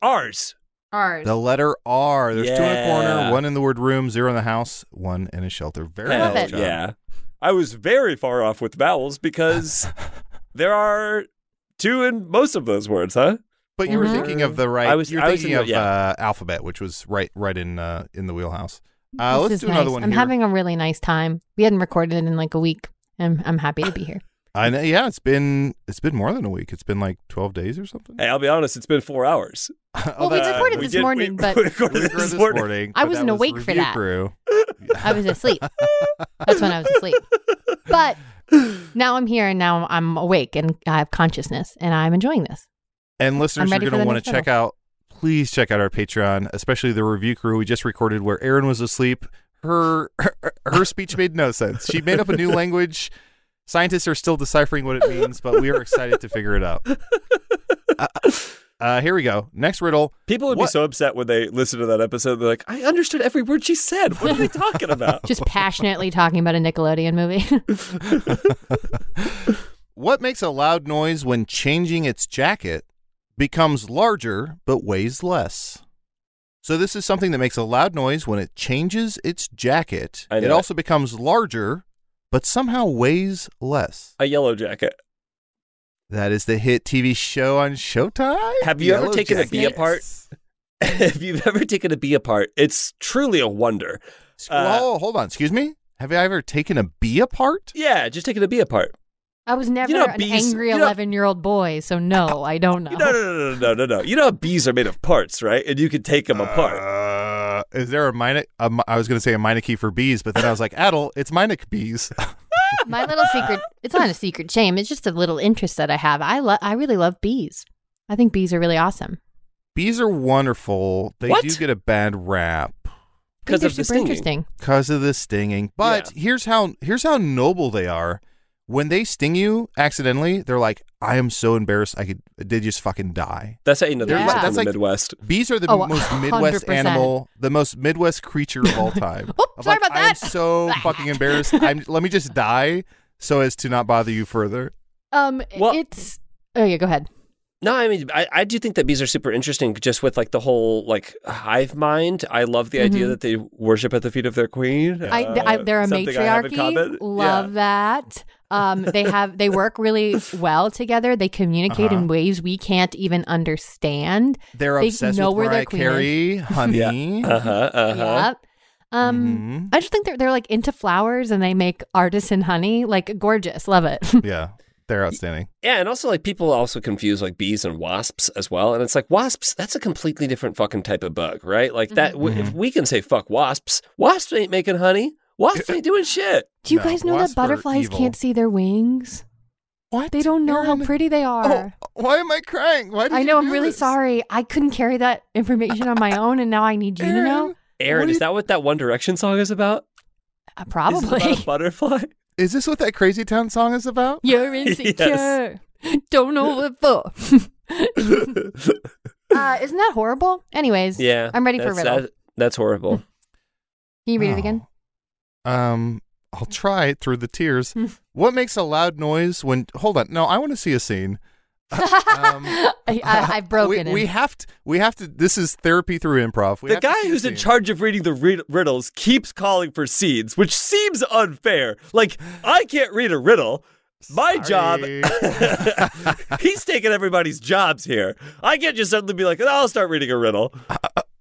[SPEAKER 3] R's.
[SPEAKER 4] Ours.
[SPEAKER 5] The letter R. There's two in a
[SPEAKER 3] Yeah.
[SPEAKER 5] corner, one in the word room, zero in the house, one in a shelter. Very
[SPEAKER 4] I love
[SPEAKER 5] well
[SPEAKER 4] it.
[SPEAKER 5] done.
[SPEAKER 3] Yeah. I was very far off with vowels because there are two in most of those words, huh?
[SPEAKER 5] But you were
[SPEAKER 4] Mhm.
[SPEAKER 5] thinking of the right.
[SPEAKER 3] I was-
[SPEAKER 5] you were
[SPEAKER 3] I was
[SPEAKER 5] thinking
[SPEAKER 3] in the-
[SPEAKER 5] of
[SPEAKER 3] yeah.
[SPEAKER 5] uh, alphabet, which was right, right in uh, in the wheelhouse. Uh,
[SPEAKER 4] This
[SPEAKER 5] let's
[SPEAKER 4] is
[SPEAKER 5] do another
[SPEAKER 4] nice.
[SPEAKER 5] one.
[SPEAKER 4] I'm
[SPEAKER 5] here.
[SPEAKER 4] having a really nice time. We hadn't recorded in like a week, and I'm happy to be here.
[SPEAKER 5] I know. Yeah, it's been it's been more than a week. It's been like twelve days or something. Oh,
[SPEAKER 3] Hey, I'll be honest, it's been four hours.
[SPEAKER 4] Well, we
[SPEAKER 3] Uh,
[SPEAKER 4] recorded
[SPEAKER 3] we
[SPEAKER 4] this
[SPEAKER 3] did- we-
[SPEAKER 4] morning, but-
[SPEAKER 3] we
[SPEAKER 5] We
[SPEAKER 3] recorded
[SPEAKER 5] recorded
[SPEAKER 3] this morning.
[SPEAKER 4] I
[SPEAKER 5] but
[SPEAKER 4] wasn't
[SPEAKER 5] that
[SPEAKER 4] awake for
[SPEAKER 5] review
[SPEAKER 4] that.
[SPEAKER 5] Crew.
[SPEAKER 4] I was asleep. That's when I was asleep. But now I'm here, and now I'm awake, and I have consciousness, and I'm enjoying this.
[SPEAKER 5] And listeners, you're
[SPEAKER 4] ready for
[SPEAKER 5] going to
[SPEAKER 4] the
[SPEAKER 5] want
[SPEAKER 4] next
[SPEAKER 5] to check
[SPEAKER 4] level.
[SPEAKER 5] out. Please check out our Patreon, especially the review crew we just recorded where Erin was asleep. Her, her her speech made no sense. She made up a new language. Scientists are still deciphering what it means, but we are excited to figure it out. Uh, uh, here we go. Next riddle.
[SPEAKER 3] People would be
[SPEAKER 5] What-
[SPEAKER 3] so upset when they listen to that episode. They're like, I understood every word she said. What are they talking about?
[SPEAKER 4] Just passionately talking about a Nickelodeon movie.
[SPEAKER 5] What makes a loud noise when changing its jacket becomes larger but weighs less? So this is something that makes a loud noise when it changes its jacket.
[SPEAKER 3] I
[SPEAKER 5] It
[SPEAKER 3] know it.
[SPEAKER 5] also becomes larger but somehow weighs less.
[SPEAKER 3] A yellow jacket.
[SPEAKER 5] That is the hit TV show on Showtime.
[SPEAKER 3] Have you ever taken a
[SPEAKER 5] Yellowjackets.
[SPEAKER 3] bee apart? if you've ever taken a bee apart, it's truly a wonder.
[SPEAKER 5] Sc-
[SPEAKER 3] Uh,
[SPEAKER 5] oh, hold on. Excuse me. Have you ever taken a bee apart?
[SPEAKER 3] Yeah, just taking a bee apart.
[SPEAKER 4] I was never
[SPEAKER 3] know,
[SPEAKER 4] an
[SPEAKER 3] bees-
[SPEAKER 4] angry
[SPEAKER 3] you know-
[SPEAKER 4] 11 year old boy, so no, I don't know.
[SPEAKER 3] No, no, no, no, no, no, no. You know how bees are made of parts, right? And you can take them apart.
[SPEAKER 5] Uh, is there a minute? A, mi- I was going to say a minute key for bees, but then I was like, Adel, it's minute bees.
[SPEAKER 4] My little secret, it's not a secret shame. It's just a little interest that I have. I, lo- I really love bees. I think bees are really awesome.
[SPEAKER 5] Bees are wonderful. They
[SPEAKER 3] What?
[SPEAKER 5] do get a bad rap
[SPEAKER 4] I think
[SPEAKER 3] 'Cause
[SPEAKER 4] they're
[SPEAKER 3] of
[SPEAKER 4] super
[SPEAKER 3] the stinging.
[SPEAKER 4] interesting.
[SPEAKER 5] because of the stinging. But here's how here's how noble they are. When they sting you accidentally, they're like, "I am so embarrassed. I could did just fucking die."
[SPEAKER 3] That's how you know they're
[SPEAKER 4] Yeah.
[SPEAKER 3] left in
[SPEAKER 5] That's
[SPEAKER 3] the
[SPEAKER 5] like-
[SPEAKER 3] Midwest.
[SPEAKER 5] Bees are the
[SPEAKER 4] Oh,
[SPEAKER 5] most Midwest
[SPEAKER 4] 100%.
[SPEAKER 5] animal, the most Midwest creature of all time.
[SPEAKER 4] Oop,
[SPEAKER 5] Of
[SPEAKER 4] sorry
[SPEAKER 5] like,
[SPEAKER 4] about
[SPEAKER 5] I am
[SPEAKER 4] that."
[SPEAKER 5] so fucking embarrassed. I'm, let me just die so as to not bother you further.
[SPEAKER 4] Um,
[SPEAKER 3] Well-
[SPEAKER 4] it's. Oh, yeah, go ahead.
[SPEAKER 3] No, I mean, I, I do think that bees are super interesting just with like the whole like hive mind. I love the idea
[SPEAKER 4] Mhm.
[SPEAKER 3] that they worship at the feet of their queen.
[SPEAKER 4] I, th- I,
[SPEAKER 3] Uh,
[SPEAKER 4] they're a
[SPEAKER 3] something I have in
[SPEAKER 4] matriarchy.
[SPEAKER 3] common.
[SPEAKER 4] Love that. Um, they have they work really well together. They communicate
[SPEAKER 5] Uh-huh.
[SPEAKER 4] in ways we can't even understand.
[SPEAKER 5] They're
[SPEAKER 4] They
[SPEAKER 5] obsessed
[SPEAKER 4] know
[SPEAKER 5] with
[SPEAKER 4] where their
[SPEAKER 5] Mariah
[SPEAKER 4] queen
[SPEAKER 5] Carey, honey.
[SPEAKER 3] Yeah. Uh huh.
[SPEAKER 5] Uh-huh.
[SPEAKER 3] Uh huh.
[SPEAKER 4] Yep. Um,
[SPEAKER 5] Mhm.
[SPEAKER 4] I just think they're they're like into flowers and they make artisan honey. Like gorgeous, love it.
[SPEAKER 5] yeah, they're outstanding.
[SPEAKER 3] Yeah, and also like people also confuse like bees and wasps as well, and it's like wasps. That's a completely different fucking type of bug, right? Like that.
[SPEAKER 4] Mm-hmm.
[SPEAKER 3] W- If we can say fuck wasps, wasps ain't making honey. Wasps ain't doing shit.
[SPEAKER 4] Do you
[SPEAKER 5] No,
[SPEAKER 4] guys know
[SPEAKER 5] wasps
[SPEAKER 4] that
[SPEAKER 5] are
[SPEAKER 4] butterflies
[SPEAKER 5] evil.
[SPEAKER 4] can't see their wings?
[SPEAKER 5] What?
[SPEAKER 4] They don't know how
[SPEAKER 5] Erin?
[SPEAKER 4] pretty they
[SPEAKER 5] Oh,
[SPEAKER 4] are.
[SPEAKER 5] why am I crying? Why did
[SPEAKER 4] I
[SPEAKER 5] you
[SPEAKER 4] know. I'm
[SPEAKER 5] do
[SPEAKER 4] really
[SPEAKER 5] this?
[SPEAKER 4] sorry. I couldn't carry that information on my own, and now I need you to know.
[SPEAKER 5] Erin,
[SPEAKER 3] Aaron,
[SPEAKER 5] What
[SPEAKER 3] is
[SPEAKER 5] you-
[SPEAKER 3] that what that One Direction song is about?
[SPEAKER 4] Uh,
[SPEAKER 3] Is it
[SPEAKER 4] probably.
[SPEAKER 3] about a butterfly.
[SPEAKER 5] Is this what that Crazy Town song is about?
[SPEAKER 4] You're
[SPEAKER 3] Yes.
[SPEAKER 4] insecure. Don't know what for. Uh, isn't that horrible? Anyways,
[SPEAKER 3] Yeah.
[SPEAKER 4] I'm ready for
[SPEAKER 3] that's-
[SPEAKER 4] riddle.
[SPEAKER 3] that- that's horrible.
[SPEAKER 4] Can you read
[SPEAKER 5] Oh.
[SPEAKER 4] it again?
[SPEAKER 5] Um, I'll try it through the tears.
[SPEAKER 4] Hmm.
[SPEAKER 5] what makes a loud noise when? Hold on. No, I want to see a scene. Uh, um,
[SPEAKER 4] I, I, I've broken
[SPEAKER 5] we,
[SPEAKER 4] it.
[SPEAKER 5] we have to. We have to. This is therapy through improv. We
[SPEAKER 3] the
[SPEAKER 5] have to
[SPEAKER 3] guy
[SPEAKER 5] see a
[SPEAKER 3] who's in
[SPEAKER 5] scene.
[SPEAKER 3] charge of reading the rid- riddles keeps calling for seeds, which seems unfair. Like, I can't read a riddle. My job. he's taking everybody's jobs here. I can't just suddenly be like, "Oh, I'll start reading a riddle.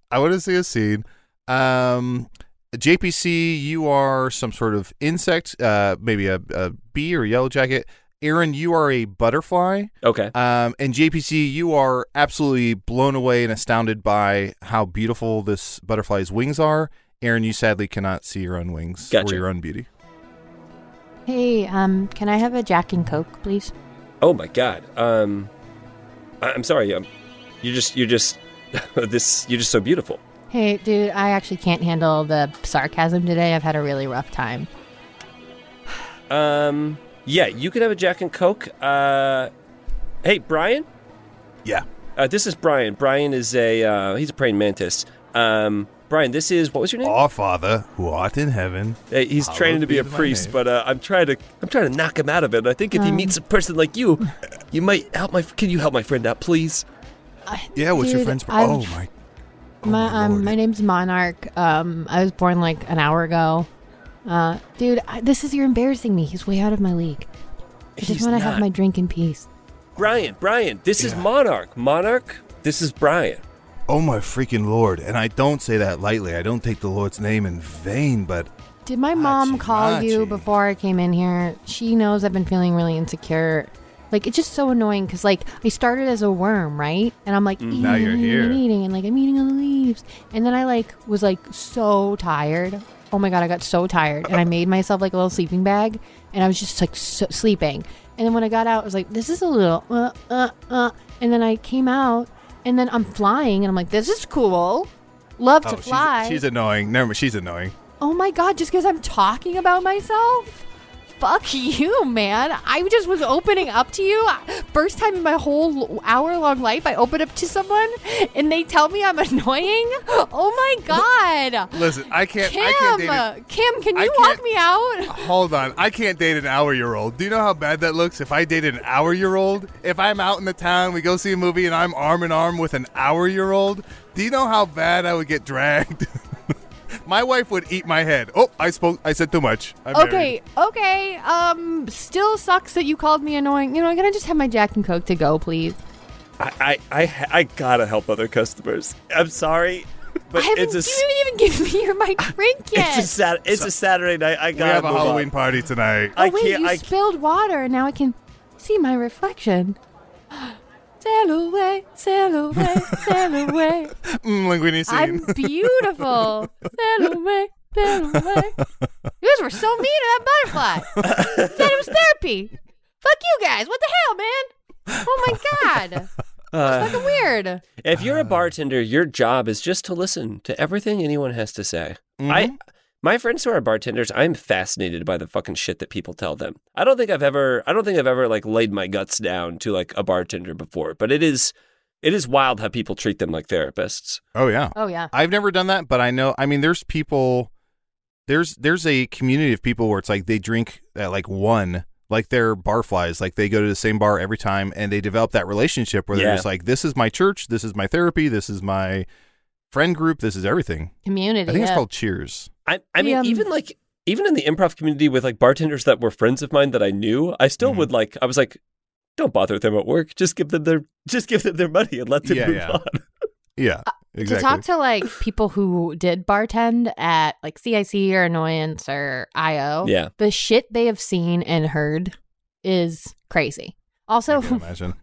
[SPEAKER 5] I want to see a scene. Um, JPC, you are some sort of insect, uh, maybe a, a bee or yellow jacket. Aaron, you are a butterfly.
[SPEAKER 3] Okay.
[SPEAKER 5] Um, and JPC, you are absolutely blown away and astounded by how beautiful this butterfly's wings are. Aaron, you sadly cannot see your own wings
[SPEAKER 3] Gotcha.
[SPEAKER 5] or your own beauty.
[SPEAKER 4] hey, um, can I have a Jack and Coke, please?
[SPEAKER 3] Oh my god. Um, I- I'm sorry. Um, you just, you just, this, you're just so beautiful.
[SPEAKER 4] Hey, dude, I actually can't handle the sarcasm today. I've had a really rough time.
[SPEAKER 3] Um, yeah, you could have a Jack and Coke. Uh, hey, Brian.
[SPEAKER 5] Yeah.
[SPEAKER 3] Uh, this is Brian. Brian is a uh, he's a praying mantis. Um, Brian, this is what was your name?
[SPEAKER 5] Our Father, who art in heaven.
[SPEAKER 3] Hey, he's
[SPEAKER 5] Hallowed
[SPEAKER 3] training to be
[SPEAKER 5] be
[SPEAKER 3] a
[SPEAKER 5] thy name.
[SPEAKER 3] priest, but uh, I'm trying to I'm trying to knock him out of it. And I think if he
[SPEAKER 4] Um.
[SPEAKER 3] meets a person like you, you might help my. Can you help my friend out, please?
[SPEAKER 4] I-
[SPEAKER 5] Yeah, what's your
[SPEAKER 4] Uh, dude,
[SPEAKER 5] friend's?
[SPEAKER 4] I've-
[SPEAKER 5] Oh my! oh
[SPEAKER 4] my,
[SPEAKER 5] my
[SPEAKER 4] um,
[SPEAKER 5] lord.
[SPEAKER 4] my name's Monarch. Um, I was born like an hour ago. Uh, dude, I, this is you're embarrassing me. He's way out of my league. I just
[SPEAKER 3] He's
[SPEAKER 4] want to have
[SPEAKER 3] not.
[SPEAKER 4] my drink in peace.
[SPEAKER 3] Brian, Brian, this is Monarch. Monarch, this is Brian.
[SPEAKER 5] Oh my freaking lord! And I don't say that lightly. I don't take the Lord's name in vain, but
[SPEAKER 4] Did my mom
[SPEAKER 5] Hachi,
[SPEAKER 4] call you
[SPEAKER 5] Hachi.
[SPEAKER 4] before I came in here? She knows I've been feeling really insecure. Like it's just so annoying because like I started as a worm, right? And I'm like eating,
[SPEAKER 5] Mm, now you're
[SPEAKER 4] and eating, and
[SPEAKER 5] here.
[SPEAKER 4] eating, and like I'm eating all the leaves. And then I like was like so tired. Oh my god, I got so tired, and I made myself like a little sleeping bag, and I was just like so- sleeping. And then when I got out, I was like, this is a little, uh, uh, uh. And then I came out, and then I'm flying, and I'm like, this is cool. Love to
[SPEAKER 5] Oh, she's-
[SPEAKER 4] fly.
[SPEAKER 5] She's, annoying. Never mind, she's annoying.
[SPEAKER 4] Oh my god, just because I'm talking about myself? Fuck you, man. I just was opening up to you. First time in my whole hour long life, I open up to someone and they tell me I'm annoying. Oh my god.
[SPEAKER 5] Listen, I can't. I can't date. An,
[SPEAKER 4] Kim, Kim, can
[SPEAKER 5] I
[SPEAKER 4] you
[SPEAKER 5] can't-
[SPEAKER 4] walk me out?
[SPEAKER 5] hold on, I can't date an hour-year-old. Do you know how bad that looks? If I dated an hour-year-old, if I'm out in the town, we go see a movie, and I'm arm in arm with an hour-year-old. Do you know how bad I would get dragged? my wife would eat my head. Oh, I spoke. I said too much. I'm married.
[SPEAKER 4] Okay, okay. Um, still sucks that you called me annoying. You know, can I just have my Jack and Coke to go, please?
[SPEAKER 3] I I I, I gotta help other customers. I'm sorry, but
[SPEAKER 4] I haven't,
[SPEAKER 3] it's a s-
[SPEAKER 4] you didn't even give me your my drink yet.
[SPEAKER 3] it's a sat, it's a Saturday night. I
[SPEAKER 5] We
[SPEAKER 3] gotta
[SPEAKER 5] have a
[SPEAKER 3] move on.
[SPEAKER 5] Halloween party tonight.
[SPEAKER 4] Oh
[SPEAKER 3] I
[SPEAKER 4] wait,
[SPEAKER 3] can't.
[SPEAKER 4] you
[SPEAKER 3] I
[SPEAKER 4] spilled water, and now I can see my reflection. sail away, sail away, sail away.
[SPEAKER 5] Mm, linguini scene.
[SPEAKER 4] I'm beautiful. sail away, sail away. You guys were so mean to that butterfly. Said it was therapy. Fuck you guys. What the hell, man? Oh my god.
[SPEAKER 3] Uh,
[SPEAKER 4] Fucking weird.
[SPEAKER 3] If you're
[SPEAKER 5] Ah.
[SPEAKER 3] a bartender, your job is just to listen to everything anyone has to say.
[SPEAKER 5] Mm-hmm.
[SPEAKER 3] I my friends who are bartenders, I'm fascinated by the fucking shit that people tell them. I don't think I've ever I don't think I've ever like laid my guts down to like a bartender before, but it is it is wild how people treat them like therapists.
[SPEAKER 5] oh yeah.
[SPEAKER 4] Oh yeah.
[SPEAKER 5] I've never done that, but I know. I mean, there's people. There's there's a community of people where it's like they drink at like one, like they're barflies, like they go to the same bar every time, and they develop that relationship where
[SPEAKER 3] Yeah.
[SPEAKER 5] they're just like, this is my church, this is my therapy, this is my friend group, this is everything.
[SPEAKER 4] Community.
[SPEAKER 5] I think it's
[SPEAKER 4] yeah.
[SPEAKER 5] called Cheers.
[SPEAKER 3] I I mean
[SPEAKER 4] The, um,
[SPEAKER 3] even like even in the improv community with like bartenders that were friends of mine that I knew, I still
[SPEAKER 5] Mhm.
[SPEAKER 3] would like I was like don't bother them at work. Just give them their just give them their money and let them
[SPEAKER 5] Yeah,
[SPEAKER 3] move
[SPEAKER 5] yeah.
[SPEAKER 3] on.
[SPEAKER 5] Yeah, exactly.
[SPEAKER 4] Uh, To talk to like people who did bartend at like CIC or Annoyance or IO.
[SPEAKER 3] Yeah.
[SPEAKER 4] The shit they have seen and heard is crazy.
[SPEAKER 5] I
[SPEAKER 4] Also,
[SPEAKER 5] can imagine.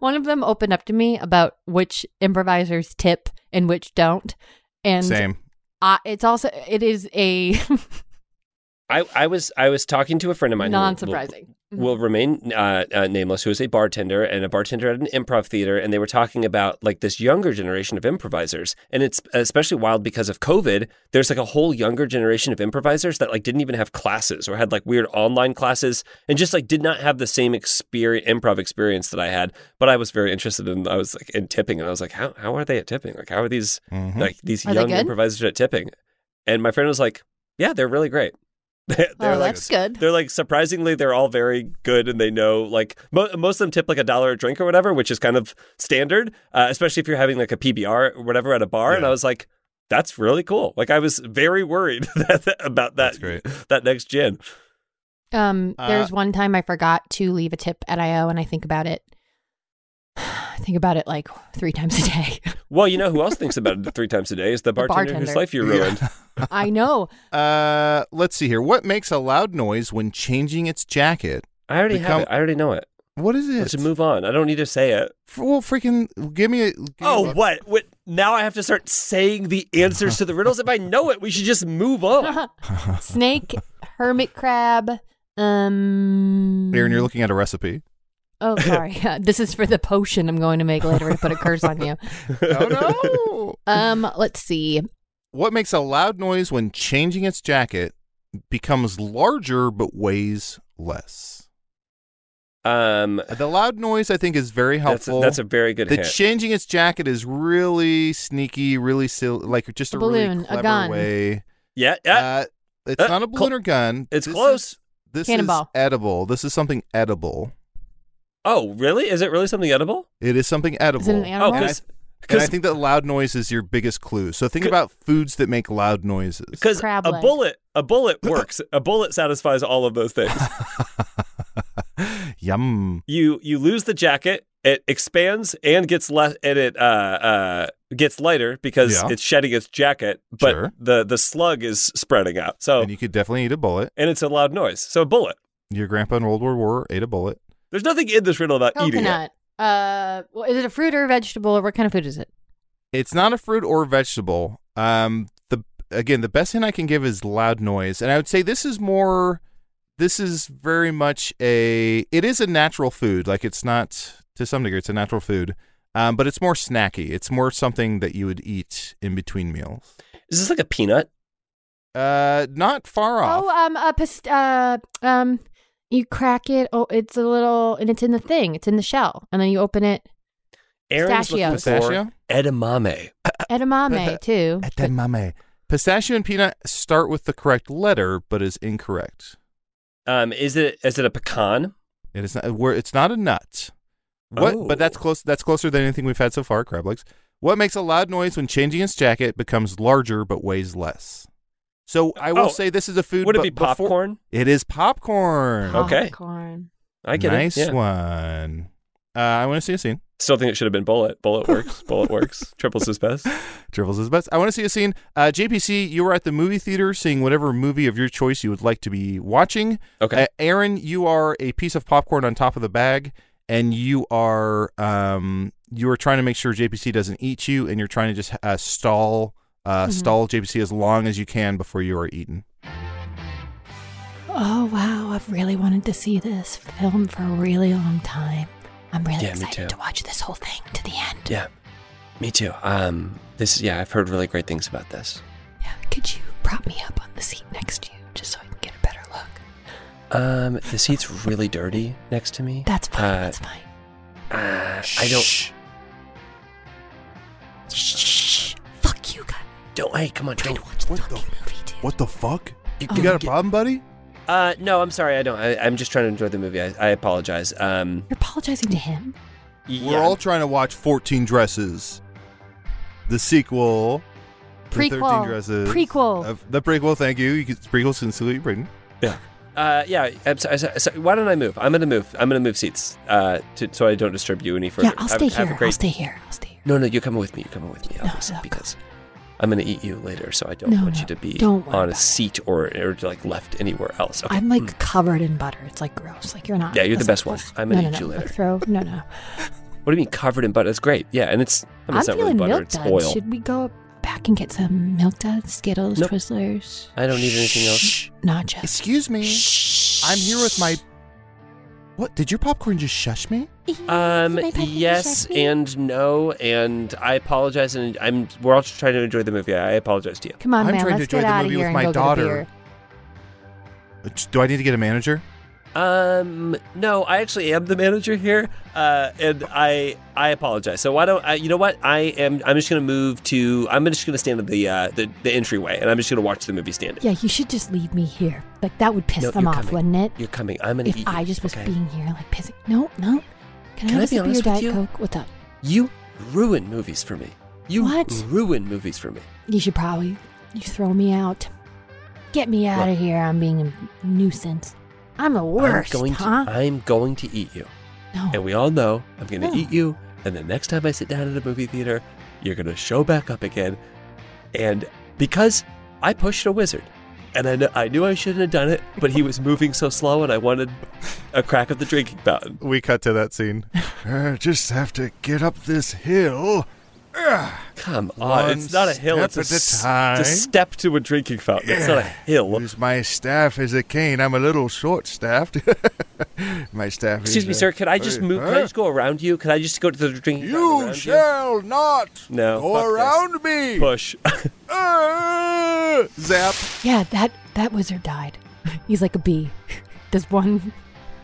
[SPEAKER 4] one of them opened up to me about which improvisers tip and which don't. And
[SPEAKER 5] Same.
[SPEAKER 4] I, it's also it is a
[SPEAKER 3] I, I was I was talking to a friend of mine. who-
[SPEAKER 4] non surprising.
[SPEAKER 3] will remain uh, uh, nameless, who is a bartender and a bartender at an improv theater, and they were talking about like this younger generation of improvisers, and it's especially wild because of COVID. There's like a whole younger generation of improvisers that like didn't even have classes or had like weird online classes, and just like did not have the same experience improv experience that I had. But I was very interested in I was like in tipping, and I was like, how how are they at tipping? Like how are these
[SPEAKER 5] Mhm.
[SPEAKER 3] like these
[SPEAKER 4] Are they
[SPEAKER 3] young
[SPEAKER 4] good?
[SPEAKER 3] improvisers at tipping? And my friend was like, yeah, they're really great. They're
[SPEAKER 4] Oh,
[SPEAKER 3] like
[SPEAKER 4] that's good.
[SPEAKER 3] they're like surprisingly they're all very good and they know like mo- most of them tip like a dollar a drink or whatever which is kind of standard uh, especially if you're having like a pbr or whatever at a bar and
[SPEAKER 5] Yeah.
[SPEAKER 3] i was like that's really cool like i was very worried that, that- about that
[SPEAKER 5] That's great.
[SPEAKER 3] that next gin
[SPEAKER 4] Um, there's
[SPEAKER 5] Uh,
[SPEAKER 4] one time I forgot to leave a tip at IO, and I think about it. I think about it like three times a day.
[SPEAKER 3] well you know who else thinks about it three times a day is the
[SPEAKER 4] The
[SPEAKER 3] bartender, whose
[SPEAKER 4] bartender.
[SPEAKER 3] life you ruined
[SPEAKER 4] I know.
[SPEAKER 5] Uh, let's see here. What makes a loud noise when changing its jacket?
[SPEAKER 3] i already have
[SPEAKER 5] Become-
[SPEAKER 3] it i already know it
[SPEAKER 5] What is it?
[SPEAKER 3] let's move on i don't need to say it
[SPEAKER 5] F- well, freaking give me a. give me
[SPEAKER 3] oh
[SPEAKER 5] a-
[SPEAKER 3] what what now i have to start saying the answers to the riddles if i know it we should just move on
[SPEAKER 4] Snake, hermit crab. Um,
[SPEAKER 5] Aaron, you're looking at a recipe.
[SPEAKER 4] Oh, sorry. this is for the potion I'm going to make later to put a curse on you.
[SPEAKER 5] oh no!
[SPEAKER 4] Um, let's see.
[SPEAKER 5] What makes a loud noise when changing its jacket becomes larger but weighs less?
[SPEAKER 3] um
[SPEAKER 5] The loud noise, I think, is very
[SPEAKER 3] that's a,
[SPEAKER 5] helpful.
[SPEAKER 3] that's a very good
[SPEAKER 5] the
[SPEAKER 3] hint.
[SPEAKER 5] changing its jacket is really sneaky, really silly, like just
[SPEAKER 4] A
[SPEAKER 5] a,
[SPEAKER 4] balloon,
[SPEAKER 5] really
[SPEAKER 4] a
[SPEAKER 5] clever
[SPEAKER 4] gun.
[SPEAKER 5] way.
[SPEAKER 3] Yeah, yeah.
[SPEAKER 5] Uh, it's
[SPEAKER 3] Uh,
[SPEAKER 5] not a balloon
[SPEAKER 3] cl-
[SPEAKER 5] or gun.
[SPEAKER 3] it's
[SPEAKER 5] This is-
[SPEAKER 3] close.
[SPEAKER 5] this
[SPEAKER 4] Cannonball.
[SPEAKER 5] is edible. This is something edible.
[SPEAKER 3] oh, really? Is it really something edible?
[SPEAKER 5] It is something edible.
[SPEAKER 4] Is it an animal?
[SPEAKER 3] Oh, because
[SPEAKER 5] And I think that loud noise is your biggest clue. So think about foods that make loud noises.
[SPEAKER 3] because a
[SPEAKER 4] Crab leg.
[SPEAKER 3] bullet a bullet works. a bullet satisfies all of those things.
[SPEAKER 5] Yum.
[SPEAKER 3] you you lose the jacket. It expands and gets less, and it uh, uh, gets lighter because
[SPEAKER 5] Yeah.
[SPEAKER 3] it's shedding its jacket. But
[SPEAKER 5] Sure.
[SPEAKER 3] the the slug is spreading out. So
[SPEAKER 5] And
[SPEAKER 3] and,
[SPEAKER 5] you could definitely eat a bullet.
[SPEAKER 3] it's a loud noise. So a bullet.
[SPEAKER 5] Your grandpa in World War War ate a bullet.
[SPEAKER 3] There's nothing in this riddle about eating it.
[SPEAKER 4] coconut. Uh, well, is it a fruit or a vegetable, or what kind of food is it?
[SPEAKER 5] It's not a fruit or vegetable. Um, the again, the best hint I can give is loud noise, and I would say this is more. This is very much a. It is a natural food. Like it's not to some degree, it's a natural food, um, but it's more snacky. It's more something that you would eat in between meals.
[SPEAKER 3] Is this like a peanut?
[SPEAKER 5] Uh, not far off.
[SPEAKER 4] Oh, um, a pist- uh, um, you crack it. Oh, it's a little, and it's in the thing. It's in the shell, and then you open it.
[SPEAKER 3] Aaron's looking
[SPEAKER 5] Pistachio?
[SPEAKER 3] for edamame.
[SPEAKER 4] Edamame too. but-
[SPEAKER 5] Edamame. Pistachio and peanut start with the correct letter, but is incorrect.
[SPEAKER 3] Um, is it is it a pecan?
[SPEAKER 5] It is not. Where it's not a nut. What? But that's
[SPEAKER 3] Oh.
[SPEAKER 5] close. That's closer than anything we've had so far. Crab legs. What makes a loud noise when changing its jacket becomes larger but weighs less? So I will
[SPEAKER 3] Oh,
[SPEAKER 5] say this is a food.
[SPEAKER 3] Would it
[SPEAKER 5] but
[SPEAKER 3] be
[SPEAKER 5] before-
[SPEAKER 3] popcorn?
[SPEAKER 5] it is popcorn.
[SPEAKER 3] Okay.
[SPEAKER 4] Popcorn.
[SPEAKER 3] I get
[SPEAKER 5] nice
[SPEAKER 3] it. Yeah.
[SPEAKER 5] one. Uh, I want to see a scene.
[SPEAKER 3] Still think it should have been bullet. Bullet works. bullet works. Triples his best.
[SPEAKER 5] Dribbles is best. I want to see a scene. Uh, JPC, you were at the movie theater seeing whatever movie of your choice you would like to be watching.
[SPEAKER 3] Okay.
[SPEAKER 5] Uh, Aaron, you are a piece of popcorn on top of the bag, and you are um you are trying to make sure JPC doesn't eat you, and you're trying to just uh, stall uh
[SPEAKER 4] Mm-hmm.
[SPEAKER 5] stall JPC as long as you can before you are eaten.
[SPEAKER 4] Oh wow! I've really wanted to see this film for a really long time. I'm really
[SPEAKER 3] Yeah, me
[SPEAKER 4] excited
[SPEAKER 3] too.
[SPEAKER 4] to watch this whole thing to the end.
[SPEAKER 3] Yeah. Me too. Um. This. Yeah. I've heard really great things about this.
[SPEAKER 4] Yeah. Could you prop me up on the seat next to you just so I can get a better look?
[SPEAKER 3] Um. The seat's really dirty next to me.
[SPEAKER 4] That's fine.
[SPEAKER 3] Uh,
[SPEAKER 4] that's fine.
[SPEAKER 3] uh, I don't.
[SPEAKER 4] Shh! Fuck you guys.
[SPEAKER 3] Don't. Hey, come on.
[SPEAKER 4] Trying
[SPEAKER 3] Don't.
[SPEAKER 4] to watch the
[SPEAKER 5] What the-
[SPEAKER 4] fucking movie too. Oh
[SPEAKER 5] What the fuck?
[SPEAKER 3] You,
[SPEAKER 5] You got a problem, buddy?
[SPEAKER 3] Uh. No. I'm sorry. I don't. I, I'm just trying to enjoy the movie. I, I apologize. Um.
[SPEAKER 4] You're apologizing to him.
[SPEAKER 3] yeah.
[SPEAKER 5] We're all trying to watch 14 Dresses, the sequel. to 13
[SPEAKER 4] Prequel.
[SPEAKER 5] dresses.
[SPEAKER 4] Prequel.
[SPEAKER 5] Of- the prequel, thank you. you can, prequels can still be written.
[SPEAKER 3] Yeah. Uh, yeah, I'm sorry, sorry, sorry. Why don't I move? I'm gonna move. I'm gonna move seats, uh, to, so I don't disturb you any further.
[SPEAKER 4] yeah, I'll
[SPEAKER 3] Have-
[SPEAKER 4] stay
[SPEAKER 3] have a
[SPEAKER 4] here. I'll
[SPEAKER 3] great-
[SPEAKER 4] stay here. I'll stay here.
[SPEAKER 3] No, no, you're coming with me. You're coming with me,
[SPEAKER 4] No,
[SPEAKER 3] obviously,
[SPEAKER 4] no, go.
[SPEAKER 3] because I'm going to eat you later. So I don't
[SPEAKER 4] No,
[SPEAKER 3] want
[SPEAKER 4] no,
[SPEAKER 3] you to be
[SPEAKER 4] don't worry
[SPEAKER 3] on
[SPEAKER 4] about
[SPEAKER 3] a
[SPEAKER 4] it.
[SPEAKER 3] seat or or like left anywhere else. Okay.
[SPEAKER 4] I'm like
[SPEAKER 3] Mm.
[SPEAKER 4] covered in butter. It's like gross. Like you're not.
[SPEAKER 3] Yeah, you're the
[SPEAKER 4] That's
[SPEAKER 3] best
[SPEAKER 4] not-
[SPEAKER 3] one. I'm gonna
[SPEAKER 4] no, no,
[SPEAKER 3] eat you
[SPEAKER 4] no.
[SPEAKER 3] later.
[SPEAKER 4] Like, throw. No, no.
[SPEAKER 3] What do you mean covered in butter? It's great. Yeah, and it's I mean,
[SPEAKER 4] I'm
[SPEAKER 3] it's not really
[SPEAKER 4] feeling
[SPEAKER 3] butter.
[SPEAKER 4] milk
[SPEAKER 3] It's
[SPEAKER 4] duds.
[SPEAKER 3] oil.
[SPEAKER 4] Should we go back and get some milk duds, Skittles,
[SPEAKER 3] Nope.
[SPEAKER 4] Twizzlers,
[SPEAKER 3] I don't need anything else.
[SPEAKER 4] nachos?
[SPEAKER 5] Excuse me. I'm here with my What? Did your popcorn just shush me?
[SPEAKER 3] Um, yes and no, and I apologize, and I'm we're all just trying to enjoy the movie. I apologize to you.
[SPEAKER 4] Come on,
[SPEAKER 5] I'm
[SPEAKER 4] man.
[SPEAKER 5] trying to
[SPEAKER 4] let's
[SPEAKER 5] enjoy
[SPEAKER 4] get
[SPEAKER 5] the
[SPEAKER 4] out
[SPEAKER 5] movie
[SPEAKER 4] of here and
[SPEAKER 5] with my
[SPEAKER 4] go
[SPEAKER 5] daughter.
[SPEAKER 4] Get a beer.
[SPEAKER 5] Uh, Do I need to get a manager?
[SPEAKER 3] Um, no, I actually am the manager here, uh, and I I apologize. So why don't I? You know what? I am. I'm just gonna move to. I'm just gonna stand at the uh, the, the entryway, and I'm just gonna watch the movie standing.
[SPEAKER 4] Yeah, you should just leave me here. Like that would piss
[SPEAKER 3] No,
[SPEAKER 4] them
[SPEAKER 3] you're
[SPEAKER 4] off,
[SPEAKER 3] coming.
[SPEAKER 4] wouldn't it?
[SPEAKER 3] You're coming. I'm gonna
[SPEAKER 4] If
[SPEAKER 3] eat.
[SPEAKER 4] I
[SPEAKER 3] you,
[SPEAKER 4] just was
[SPEAKER 3] okay?
[SPEAKER 4] being here, like pissing. No, no. Can, I
[SPEAKER 3] Can I
[SPEAKER 4] have a sip
[SPEAKER 3] be
[SPEAKER 4] of your
[SPEAKER 3] honest with
[SPEAKER 4] diet
[SPEAKER 3] you?
[SPEAKER 4] coke? What's up?
[SPEAKER 3] You ruin movies for me. You
[SPEAKER 4] What?
[SPEAKER 3] ruin movies for me.
[SPEAKER 4] You should probably you throw me out. Get me out of
[SPEAKER 3] Look.
[SPEAKER 4] here. I'm being a nuisance. I'm the worst,
[SPEAKER 3] I'm going
[SPEAKER 4] huh? Oh.
[SPEAKER 3] to. I'm going to eat you,
[SPEAKER 4] no.
[SPEAKER 3] and we all know I'm gonna
[SPEAKER 4] No.
[SPEAKER 3] eat you. And the next time I sit down at a movie theater, you're gonna show back up again, and because I pushed a wizard. And I, kn- I knew I shouldn't have done it, but he was moving so slow, and I wanted a crack of the drinking fountain.
[SPEAKER 9] We cut to that scene.
[SPEAKER 2] I Uh, just have to get up this hill.
[SPEAKER 3] Come on,
[SPEAKER 5] One
[SPEAKER 3] it's not a hill.
[SPEAKER 5] step
[SPEAKER 3] It's a,
[SPEAKER 5] at a
[SPEAKER 3] s-
[SPEAKER 5] time.
[SPEAKER 3] it's a step to a drinking fountain. It's not a hill.
[SPEAKER 2] Use my staff as a cane. I'm a little short staffed. my staff is
[SPEAKER 3] Excuse
[SPEAKER 2] uh,
[SPEAKER 3] me,
[SPEAKER 2] a-
[SPEAKER 3] sir. Can I just
[SPEAKER 2] Hey,
[SPEAKER 3] move? Can I
[SPEAKER 2] huh?
[SPEAKER 3] just go around you? Can I just go to the drinking fountain
[SPEAKER 2] You
[SPEAKER 3] around
[SPEAKER 2] shall not
[SPEAKER 3] No,
[SPEAKER 2] go
[SPEAKER 3] fuck this.
[SPEAKER 2] around
[SPEAKER 3] you?
[SPEAKER 2] me.
[SPEAKER 3] Push.
[SPEAKER 2] Ah! Zap.
[SPEAKER 4] Yeah, that that wizard died. He's like a bee. Does one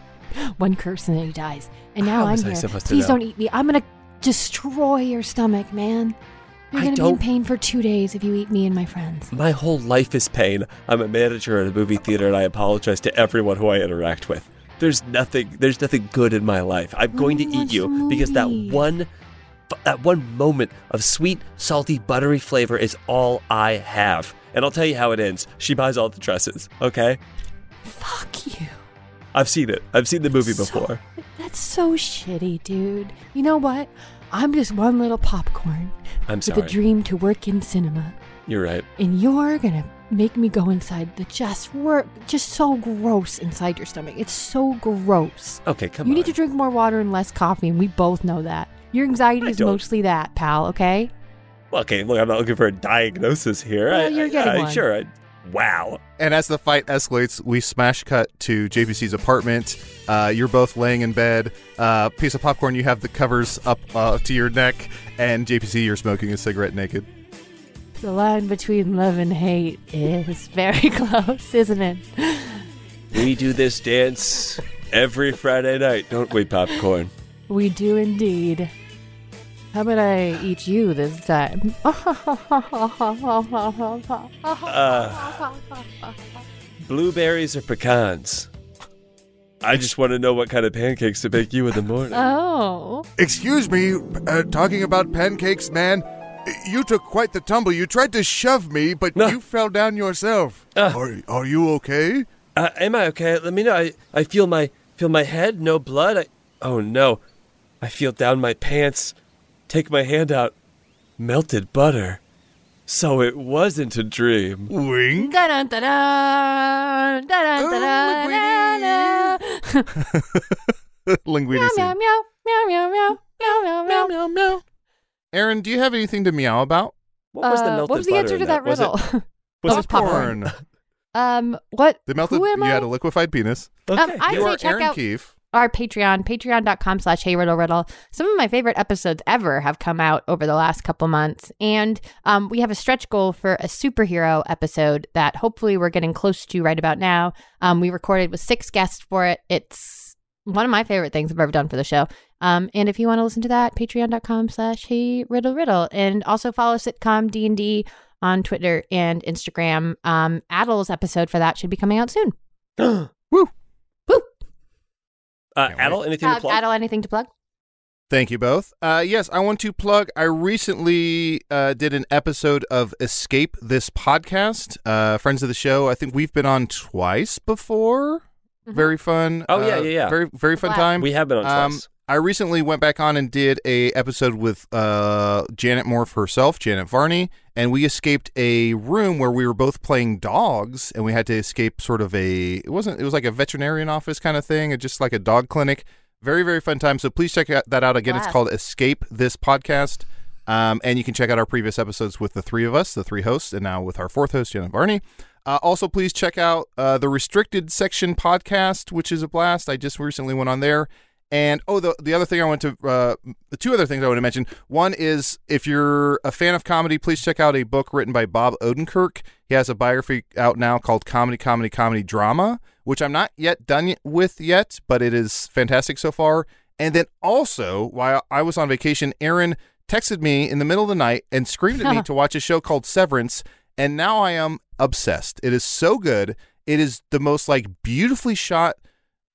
[SPEAKER 4] one curse and then he dies. And now
[SPEAKER 3] How
[SPEAKER 4] I'm
[SPEAKER 3] was I
[SPEAKER 4] here.
[SPEAKER 3] supposed to
[SPEAKER 4] Please
[SPEAKER 3] know?
[SPEAKER 4] don't eat me. I'm gonna destroy your stomach, man. You're
[SPEAKER 3] I
[SPEAKER 4] gonna be in
[SPEAKER 3] don't-
[SPEAKER 4] pain for two days if you eat me and my friends.
[SPEAKER 3] My whole life is pain. I'm a manager at a movie theater, and I apologize to everyone who I interact with. There's nothing. There's nothing good in my life. I'm
[SPEAKER 4] Why
[SPEAKER 3] going to
[SPEAKER 4] don't you
[SPEAKER 3] eat
[SPEAKER 4] watch
[SPEAKER 3] you
[SPEAKER 4] the
[SPEAKER 3] because that
[SPEAKER 4] movie?
[SPEAKER 3] one, that one moment of sweet, salty, buttery flavor is all I have. And I'll tell you how it ends. She buys all the dresses. Okay,
[SPEAKER 4] Fuck you.
[SPEAKER 3] I've seen it. I've seen the movie
[SPEAKER 4] So-
[SPEAKER 3] before.
[SPEAKER 4] that's so shitty, dude. You know what? I'm just one little popcorn
[SPEAKER 3] I'm
[SPEAKER 4] with
[SPEAKER 3] sorry.
[SPEAKER 4] a dream to work in cinema.
[SPEAKER 3] You're right.
[SPEAKER 4] and you're gonna make me go inside the just work just so gross inside your stomach it's so gross
[SPEAKER 3] Okay, come
[SPEAKER 4] you
[SPEAKER 3] on.
[SPEAKER 4] need to drink more water and less coffee and we both know that your anxiety
[SPEAKER 3] I
[SPEAKER 4] is
[SPEAKER 3] don't.
[SPEAKER 4] mostly that pal okay
[SPEAKER 3] Okay, look, I'm not looking for a diagnosis here.
[SPEAKER 4] Well,
[SPEAKER 3] I-
[SPEAKER 4] you're
[SPEAKER 3] I-
[SPEAKER 4] getting
[SPEAKER 3] I-
[SPEAKER 4] one.
[SPEAKER 3] Sure. I, wow.
[SPEAKER 5] And as the fight escalates, we smash cut to JBC's apartment. Uh, you're both laying in bed. Uh, piece of popcorn, you have the covers up uh, to your neck. And JPC, you're smoking a cigarette naked.
[SPEAKER 4] the line between love and hate is very close isn't it
[SPEAKER 3] We do this dance every Friday night, don't we, Popcorn?
[SPEAKER 4] we do indeed how about i eat you this time
[SPEAKER 3] Blueberries or pecans? I just want to know what kind of pancakes to bake you in the morning.
[SPEAKER 4] oh
[SPEAKER 2] Excuse me, uh, talking about pancakes, man. You took quite the tumble. You tried to shove me, but
[SPEAKER 3] No.
[SPEAKER 2] you fell down yourself.
[SPEAKER 3] Ah.
[SPEAKER 2] Are, are you okay?
[SPEAKER 3] Uh, am I okay? Let me know. I, I feel my feel my head, no blood. I, oh no, I feel down my pants. Take my hand out, melted butter. So it wasn't a dream.
[SPEAKER 2] Wing.
[SPEAKER 4] Dun, dun, dun, dun, dun, dun, dun, dun, dun.
[SPEAKER 5] Linguini
[SPEAKER 4] Meow,
[SPEAKER 5] scene.
[SPEAKER 4] meow, meow, meow, meow, meow, meow, meow, meow.
[SPEAKER 5] Aaron, do you have anything to meow about?
[SPEAKER 3] What was the
[SPEAKER 4] Uh,
[SPEAKER 3] melted
[SPEAKER 4] what was the
[SPEAKER 3] butter
[SPEAKER 4] answer
[SPEAKER 3] in
[SPEAKER 4] to that,
[SPEAKER 3] Was it-
[SPEAKER 4] riddle? Um,
[SPEAKER 3] was
[SPEAKER 4] was
[SPEAKER 3] it popcorn?
[SPEAKER 4] popcorn. um, what?
[SPEAKER 5] The melted,
[SPEAKER 4] Who am
[SPEAKER 5] you
[SPEAKER 4] I?
[SPEAKER 5] had a liquefied penis.
[SPEAKER 4] Um, I
[SPEAKER 5] you
[SPEAKER 4] say
[SPEAKER 5] are
[SPEAKER 4] check
[SPEAKER 5] Aaron
[SPEAKER 4] out
[SPEAKER 5] Keefe.
[SPEAKER 4] our Patreon, patreon.com slash hey riddle riddle. Some of my favorite episodes ever have come out over the last couple months. And um, we have a stretch goal for a superhero episode that hopefully we're getting close to right about now. Um, we recorded with six guests for it. It's one of my favorite things I've ever done for the show. Um, and if you want to listen to that, patreon.com slash hey riddle riddle. And also follow sitcom D&D on Twitter and Instagram. Um, Adel's episode for that should be coming out soon.
[SPEAKER 3] Uh,
[SPEAKER 5] Can't wait.
[SPEAKER 3] Adel, anything to
[SPEAKER 4] Uh,
[SPEAKER 3] plug?
[SPEAKER 4] Adel, anything to plug?
[SPEAKER 5] Thank you both. Uh, yes, I want to plug. I recently uh, did an episode of Escape This Podcast. Uh, friends of the show, I think we've been on twice before.
[SPEAKER 4] Mhm.
[SPEAKER 5] Very fun.
[SPEAKER 3] Oh, yeah,
[SPEAKER 5] uh,
[SPEAKER 3] yeah, yeah.
[SPEAKER 5] Very, very fun
[SPEAKER 4] Wow.
[SPEAKER 5] time.
[SPEAKER 3] We have been on
[SPEAKER 5] Um,
[SPEAKER 3] twice.
[SPEAKER 5] I recently went back on and did a episode with uh, Janet Morph herself, Janet Varney, and we escaped a room where we were both playing dogs, and we had to escape sort of a it wasn't it was like a veterinarian office kind of thing, and just like a dog clinic. Very very fun time. So please check out- that out again. It's
[SPEAKER 4] Wow.
[SPEAKER 5] called Escape This Podcast, um, and you can check out our previous episodes with the three of us, the three hosts, and now with our fourth host, Janet Varney. Uh, also, please check out uh, the Restricted Section podcast, which is a blast. I just recently went on there. And oh, the, the other thing I want to, uh, the two other things I want to mention. One is if you're a fan of comedy, please check out a book written by Bob Odenkirk. He has a biography out now called Comedy, Comedy, Comedy Drama, which I'm not yet done with yet, but it is fantastic so far. And then also, while I was on vacation, Aaron texted me in the middle of the night and screamed at me to watch a show called Severance. And now I am obsessed. It is so good. It is the most like beautifully shot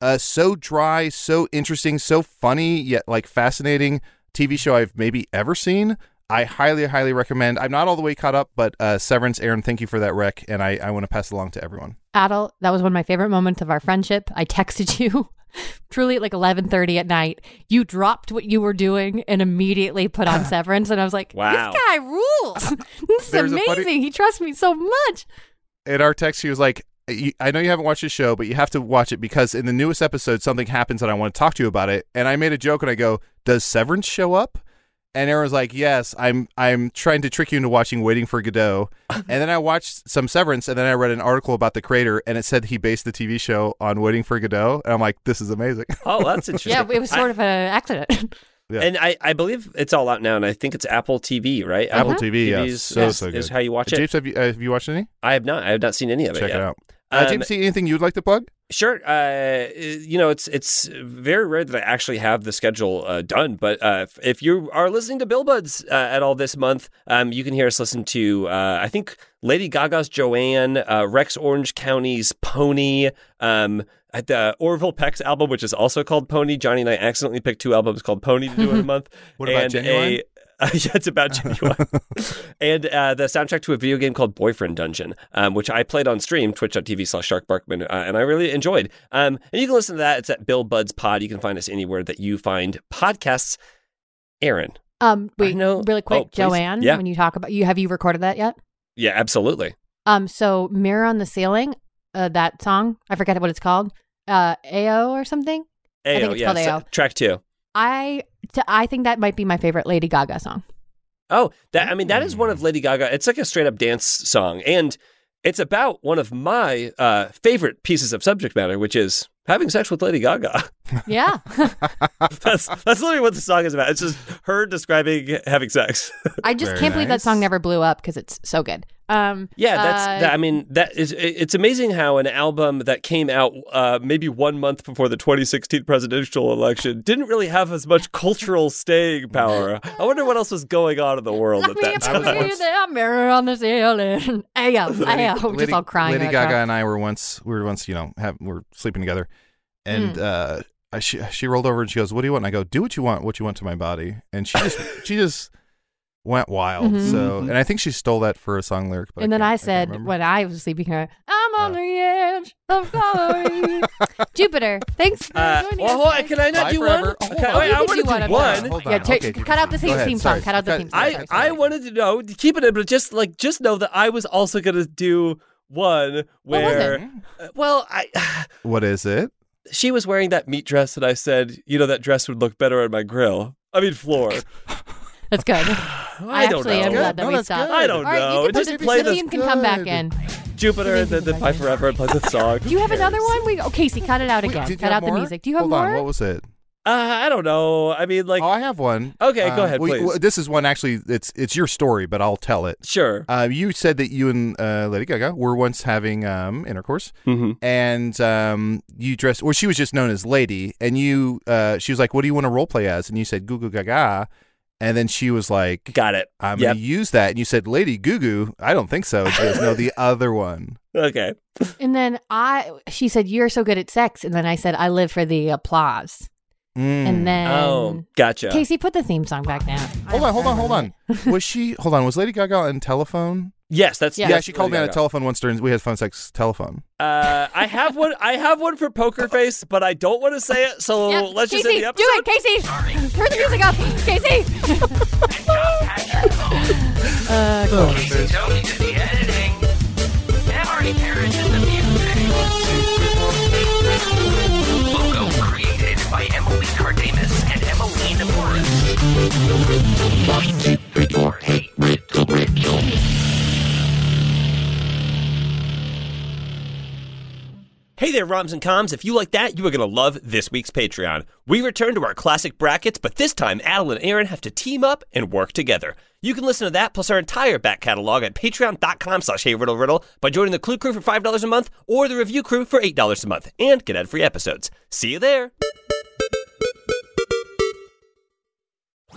[SPEAKER 5] uh, so dry, so interesting, so funny, yet like fascinating TV show I've maybe ever seen. I highly, highly recommend. I'm not all the way caught up, but uh, Severance, Aaron, thank you for that rec, and I, I want to pass it along to everyone.
[SPEAKER 4] Adel, that was one of my favorite moments of our friendship. I texted you truly at like 11:30 at night. You dropped what you were doing and immediately put on Severance, and I was like,
[SPEAKER 3] Wow.
[SPEAKER 4] "This guy rules! this is
[SPEAKER 5] There's a
[SPEAKER 4] amazing.
[SPEAKER 5] funny-
[SPEAKER 4] He trusts me so much."
[SPEAKER 5] In our text, he was like, "You- I know you haven't watched the show, but you have to watch it because in the newest episode, something happens and I want to talk to you about it. And I made a joke and I go, Does Severance show up? And Aaron was like, Yes, I'm I'm trying to trick you into watching Waiting for Godot. and then I watched some Severance and then I read an article about the creator and it said he based the TV show on Waiting for Godot. And I'm like, This is amazing.
[SPEAKER 3] Oh, that's interesting.
[SPEAKER 4] Yeah, it was
[SPEAKER 3] I-
[SPEAKER 4] sort of an accident.
[SPEAKER 5] Yeah.
[SPEAKER 3] And I, I believe it's all out now, and I think it's Apple TV, right?
[SPEAKER 5] Apple TV, yeah.
[SPEAKER 3] TV's
[SPEAKER 5] So,
[SPEAKER 3] is,
[SPEAKER 5] so good.
[SPEAKER 3] is how you watch it.
[SPEAKER 5] James, have you, uh, have you watched any?
[SPEAKER 3] I have not. I have not seen any of it
[SPEAKER 5] Check
[SPEAKER 3] yet.
[SPEAKER 5] it out. Uh,
[SPEAKER 3] Um,
[SPEAKER 5] James, see anything you'd like to plug?
[SPEAKER 3] Sure. Uh, you know, it's it's very rare that I actually have the schedule uh, done. But uh, if- if you are listening to Billbuds uh, at all this month, um, you can hear us listen to uh, I think Lady Gaga's Joanne, uh, Rex Orange County's Pony, um, at the Orville Peck's album, which is also called Pony. Johnny and I accidentally picked two albums called Pony to do in a month.
[SPEAKER 5] What about
[SPEAKER 3] and
[SPEAKER 5] Genuine?
[SPEAKER 3] A, uh, yeah, it's about genuine. and uh, the soundtrack to a video game called Boyfriend Dungeon, um, which I played on stream, twitch.tv slash sharkbarkman, uh, and I really enjoyed. Um, and you can listen to that. It's at Bill Bud's Pod. You can find us anywhere that you find podcasts. Aaron.
[SPEAKER 4] Um,
[SPEAKER 3] I
[SPEAKER 4] wait,
[SPEAKER 3] know-
[SPEAKER 4] really quick,
[SPEAKER 3] oh, please.
[SPEAKER 4] Joanne.
[SPEAKER 3] Yeah.
[SPEAKER 4] When you talk about you, have you recorded that yet?
[SPEAKER 3] Yeah, absolutely.
[SPEAKER 4] Um, so mirror on the ceiling, uh, that song. I forget what it's called. Uh, Ao or something.
[SPEAKER 3] AO,
[SPEAKER 4] think it's
[SPEAKER 3] yeah,
[SPEAKER 4] called
[SPEAKER 3] so-
[SPEAKER 4] AO.
[SPEAKER 3] track two.
[SPEAKER 4] I t- I think that might be my favorite Lady Gaga song.
[SPEAKER 3] Oh, that I mean, that is one of Lady Gaga. It's like a straight up dance song, and it's about one of my uh, favorite pieces of subject matter, which is having sex with Lady Gaga.
[SPEAKER 4] Yeah.
[SPEAKER 3] that's that's literally what the song is about. It's just her describing having sex.
[SPEAKER 4] I just
[SPEAKER 5] Very
[SPEAKER 4] can't believe that
[SPEAKER 5] nice.
[SPEAKER 4] song never blew up because it's so good. Um,
[SPEAKER 3] Yeah, that's.
[SPEAKER 4] uh,
[SPEAKER 3] that, I mean, that is. it- It's amazing how an album that came out uh, maybe one month before the 2016 presidential election didn't really have as much cultural staying power. I wonder what else was going on in the world
[SPEAKER 4] Let
[SPEAKER 3] at
[SPEAKER 4] me
[SPEAKER 3] that time.
[SPEAKER 4] appreciate the mirror on the ceiling. Ayo, ayo, just all crying.
[SPEAKER 5] Lady
[SPEAKER 4] in the
[SPEAKER 5] Gaga
[SPEAKER 4] car.
[SPEAKER 5] and I were once we were once you know have, we are sleeping together,
[SPEAKER 4] Hmm.
[SPEAKER 5] and uh, I, she she rolled over and she goes, "What do you want?" And I go, "Do what you want, what you want to my body," and she just she just went wild.
[SPEAKER 4] Mhm.
[SPEAKER 5] So,
[SPEAKER 3] Mm-hmm.
[SPEAKER 5] and I think she stole that for a song lyric. But
[SPEAKER 4] And then
[SPEAKER 5] can't-
[SPEAKER 4] I
[SPEAKER 5] can't
[SPEAKER 4] said,
[SPEAKER 5] remember.
[SPEAKER 4] when I was sleeping here, I'm on
[SPEAKER 5] Oh.
[SPEAKER 4] the edge of glory. Jupiter, thanks for
[SPEAKER 5] oh,
[SPEAKER 3] Uh,
[SPEAKER 4] joining
[SPEAKER 3] well,
[SPEAKER 4] us.
[SPEAKER 3] hold on, can I not
[SPEAKER 5] Bye
[SPEAKER 3] do
[SPEAKER 5] forever.
[SPEAKER 3] one?
[SPEAKER 5] Hold
[SPEAKER 3] Okay,
[SPEAKER 5] on.
[SPEAKER 3] wait,
[SPEAKER 5] You
[SPEAKER 3] I
[SPEAKER 5] can
[SPEAKER 3] want
[SPEAKER 5] do one,
[SPEAKER 3] to
[SPEAKER 5] I'm
[SPEAKER 3] do
[SPEAKER 5] sorry.
[SPEAKER 3] one.
[SPEAKER 5] Hold
[SPEAKER 4] Yeah,
[SPEAKER 5] on.
[SPEAKER 4] take-
[SPEAKER 5] Okay,
[SPEAKER 4] cut out the
[SPEAKER 5] Go ahead.
[SPEAKER 4] theme song.
[SPEAKER 5] Sorry.
[SPEAKER 4] Cut out the
[SPEAKER 5] Cut-
[SPEAKER 4] theme song.
[SPEAKER 3] I
[SPEAKER 4] sorry,
[SPEAKER 3] I
[SPEAKER 4] sorry.
[SPEAKER 3] wanted to know to keep it in, but just like just know that I was also gonna do one
[SPEAKER 4] What was it?
[SPEAKER 3] where
[SPEAKER 5] Hmm?
[SPEAKER 3] Uh, well I
[SPEAKER 5] What is it?
[SPEAKER 3] she was wearing that meat dress and I said you know that dress would look better on my grill. I mean floor.
[SPEAKER 4] That's good.
[SPEAKER 3] I, don't
[SPEAKER 4] actually am
[SPEAKER 3] know.
[SPEAKER 4] glad that
[SPEAKER 5] No,
[SPEAKER 4] we
[SPEAKER 5] that's
[SPEAKER 4] stopped.
[SPEAKER 5] good.
[SPEAKER 3] I don't
[SPEAKER 4] All right,
[SPEAKER 3] know.
[SPEAKER 4] You can
[SPEAKER 3] Just
[SPEAKER 4] put
[SPEAKER 3] play
[SPEAKER 4] the
[SPEAKER 3] this
[SPEAKER 4] theme can come back
[SPEAKER 5] good.
[SPEAKER 4] in.
[SPEAKER 3] Jupiter and then the Bye Forever and play the song.
[SPEAKER 4] Do you have another one? We oh, Casey, cut it out
[SPEAKER 5] Wait,
[SPEAKER 4] again.
[SPEAKER 5] did you
[SPEAKER 4] cut
[SPEAKER 5] have
[SPEAKER 4] out the
[SPEAKER 5] more?
[SPEAKER 4] music. Do you have
[SPEAKER 5] Hold
[SPEAKER 4] more?
[SPEAKER 5] on, what was it?
[SPEAKER 3] Uh, I don't know. I mean like
[SPEAKER 5] oh, I have one. Uh,
[SPEAKER 3] Okay, go ahead,
[SPEAKER 5] we-
[SPEAKER 3] please.
[SPEAKER 5] w- this is one actually. It's it's your story, but I'll tell it.
[SPEAKER 3] sure.
[SPEAKER 5] Uh, you said that you and uh, Lady Gaga were once having um, intercourse,
[SPEAKER 3] Mm-hmm.
[SPEAKER 5] and um, you dressed, or she was just known as Lady, and you, uh, she was like, "What do you want to role play as?" And you said, "Goo Goo Gaga," and then she was like,
[SPEAKER 3] Got it.
[SPEAKER 5] "I'm
[SPEAKER 3] Yep.
[SPEAKER 5] gonna use that," and you said, "Lady Goo Goo." I don't think so. And She goes, "No, the other one."
[SPEAKER 3] Okay.
[SPEAKER 4] And then I, she said, "You're so good at sex." And then I said, "I live for the applause."
[SPEAKER 5] Mm.
[SPEAKER 4] And then
[SPEAKER 3] Oh, gotcha.
[SPEAKER 4] Casey, put the theme song back down.
[SPEAKER 5] hold on, hold on, hold on. was she? Hold on. Was Lady Gaga on telephone?
[SPEAKER 3] Yes, that's
[SPEAKER 4] Yeah.
[SPEAKER 5] Yeah, she called me on a
[SPEAKER 3] telephone.
[SPEAKER 5] telephone once during we had phone sex telephone.
[SPEAKER 3] Uh, I have one. I have one for Poker Face, but I don't want to say it. So
[SPEAKER 4] Yeah,
[SPEAKER 3] let's
[SPEAKER 4] Casey,
[SPEAKER 3] just end the
[SPEAKER 4] do
[SPEAKER 3] episode.
[SPEAKER 4] it, Casey. Turn the music off, Casey.
[SPEAKER 3] Oh,
[SPEAKER 1] Casey Tony did the editing. Emery Parrish did the music. Logo created by Emily Cardamus and Emmeline Morris. Fight for your hate, Riddle Riddle.
[SPEAKER 3] Hey there, Roms and Coms. If you like that, you are going to love this week's Patreon. We return to our classic brackets, but this time Adel and Aaron have to team up and work together. You can listen to that plus our entire back catalog at patreon.com slash hey riddle riddle by joining the Clue Crew for $5 a month or the Review Crew for $8 a month and get ad-free episodes. See you there.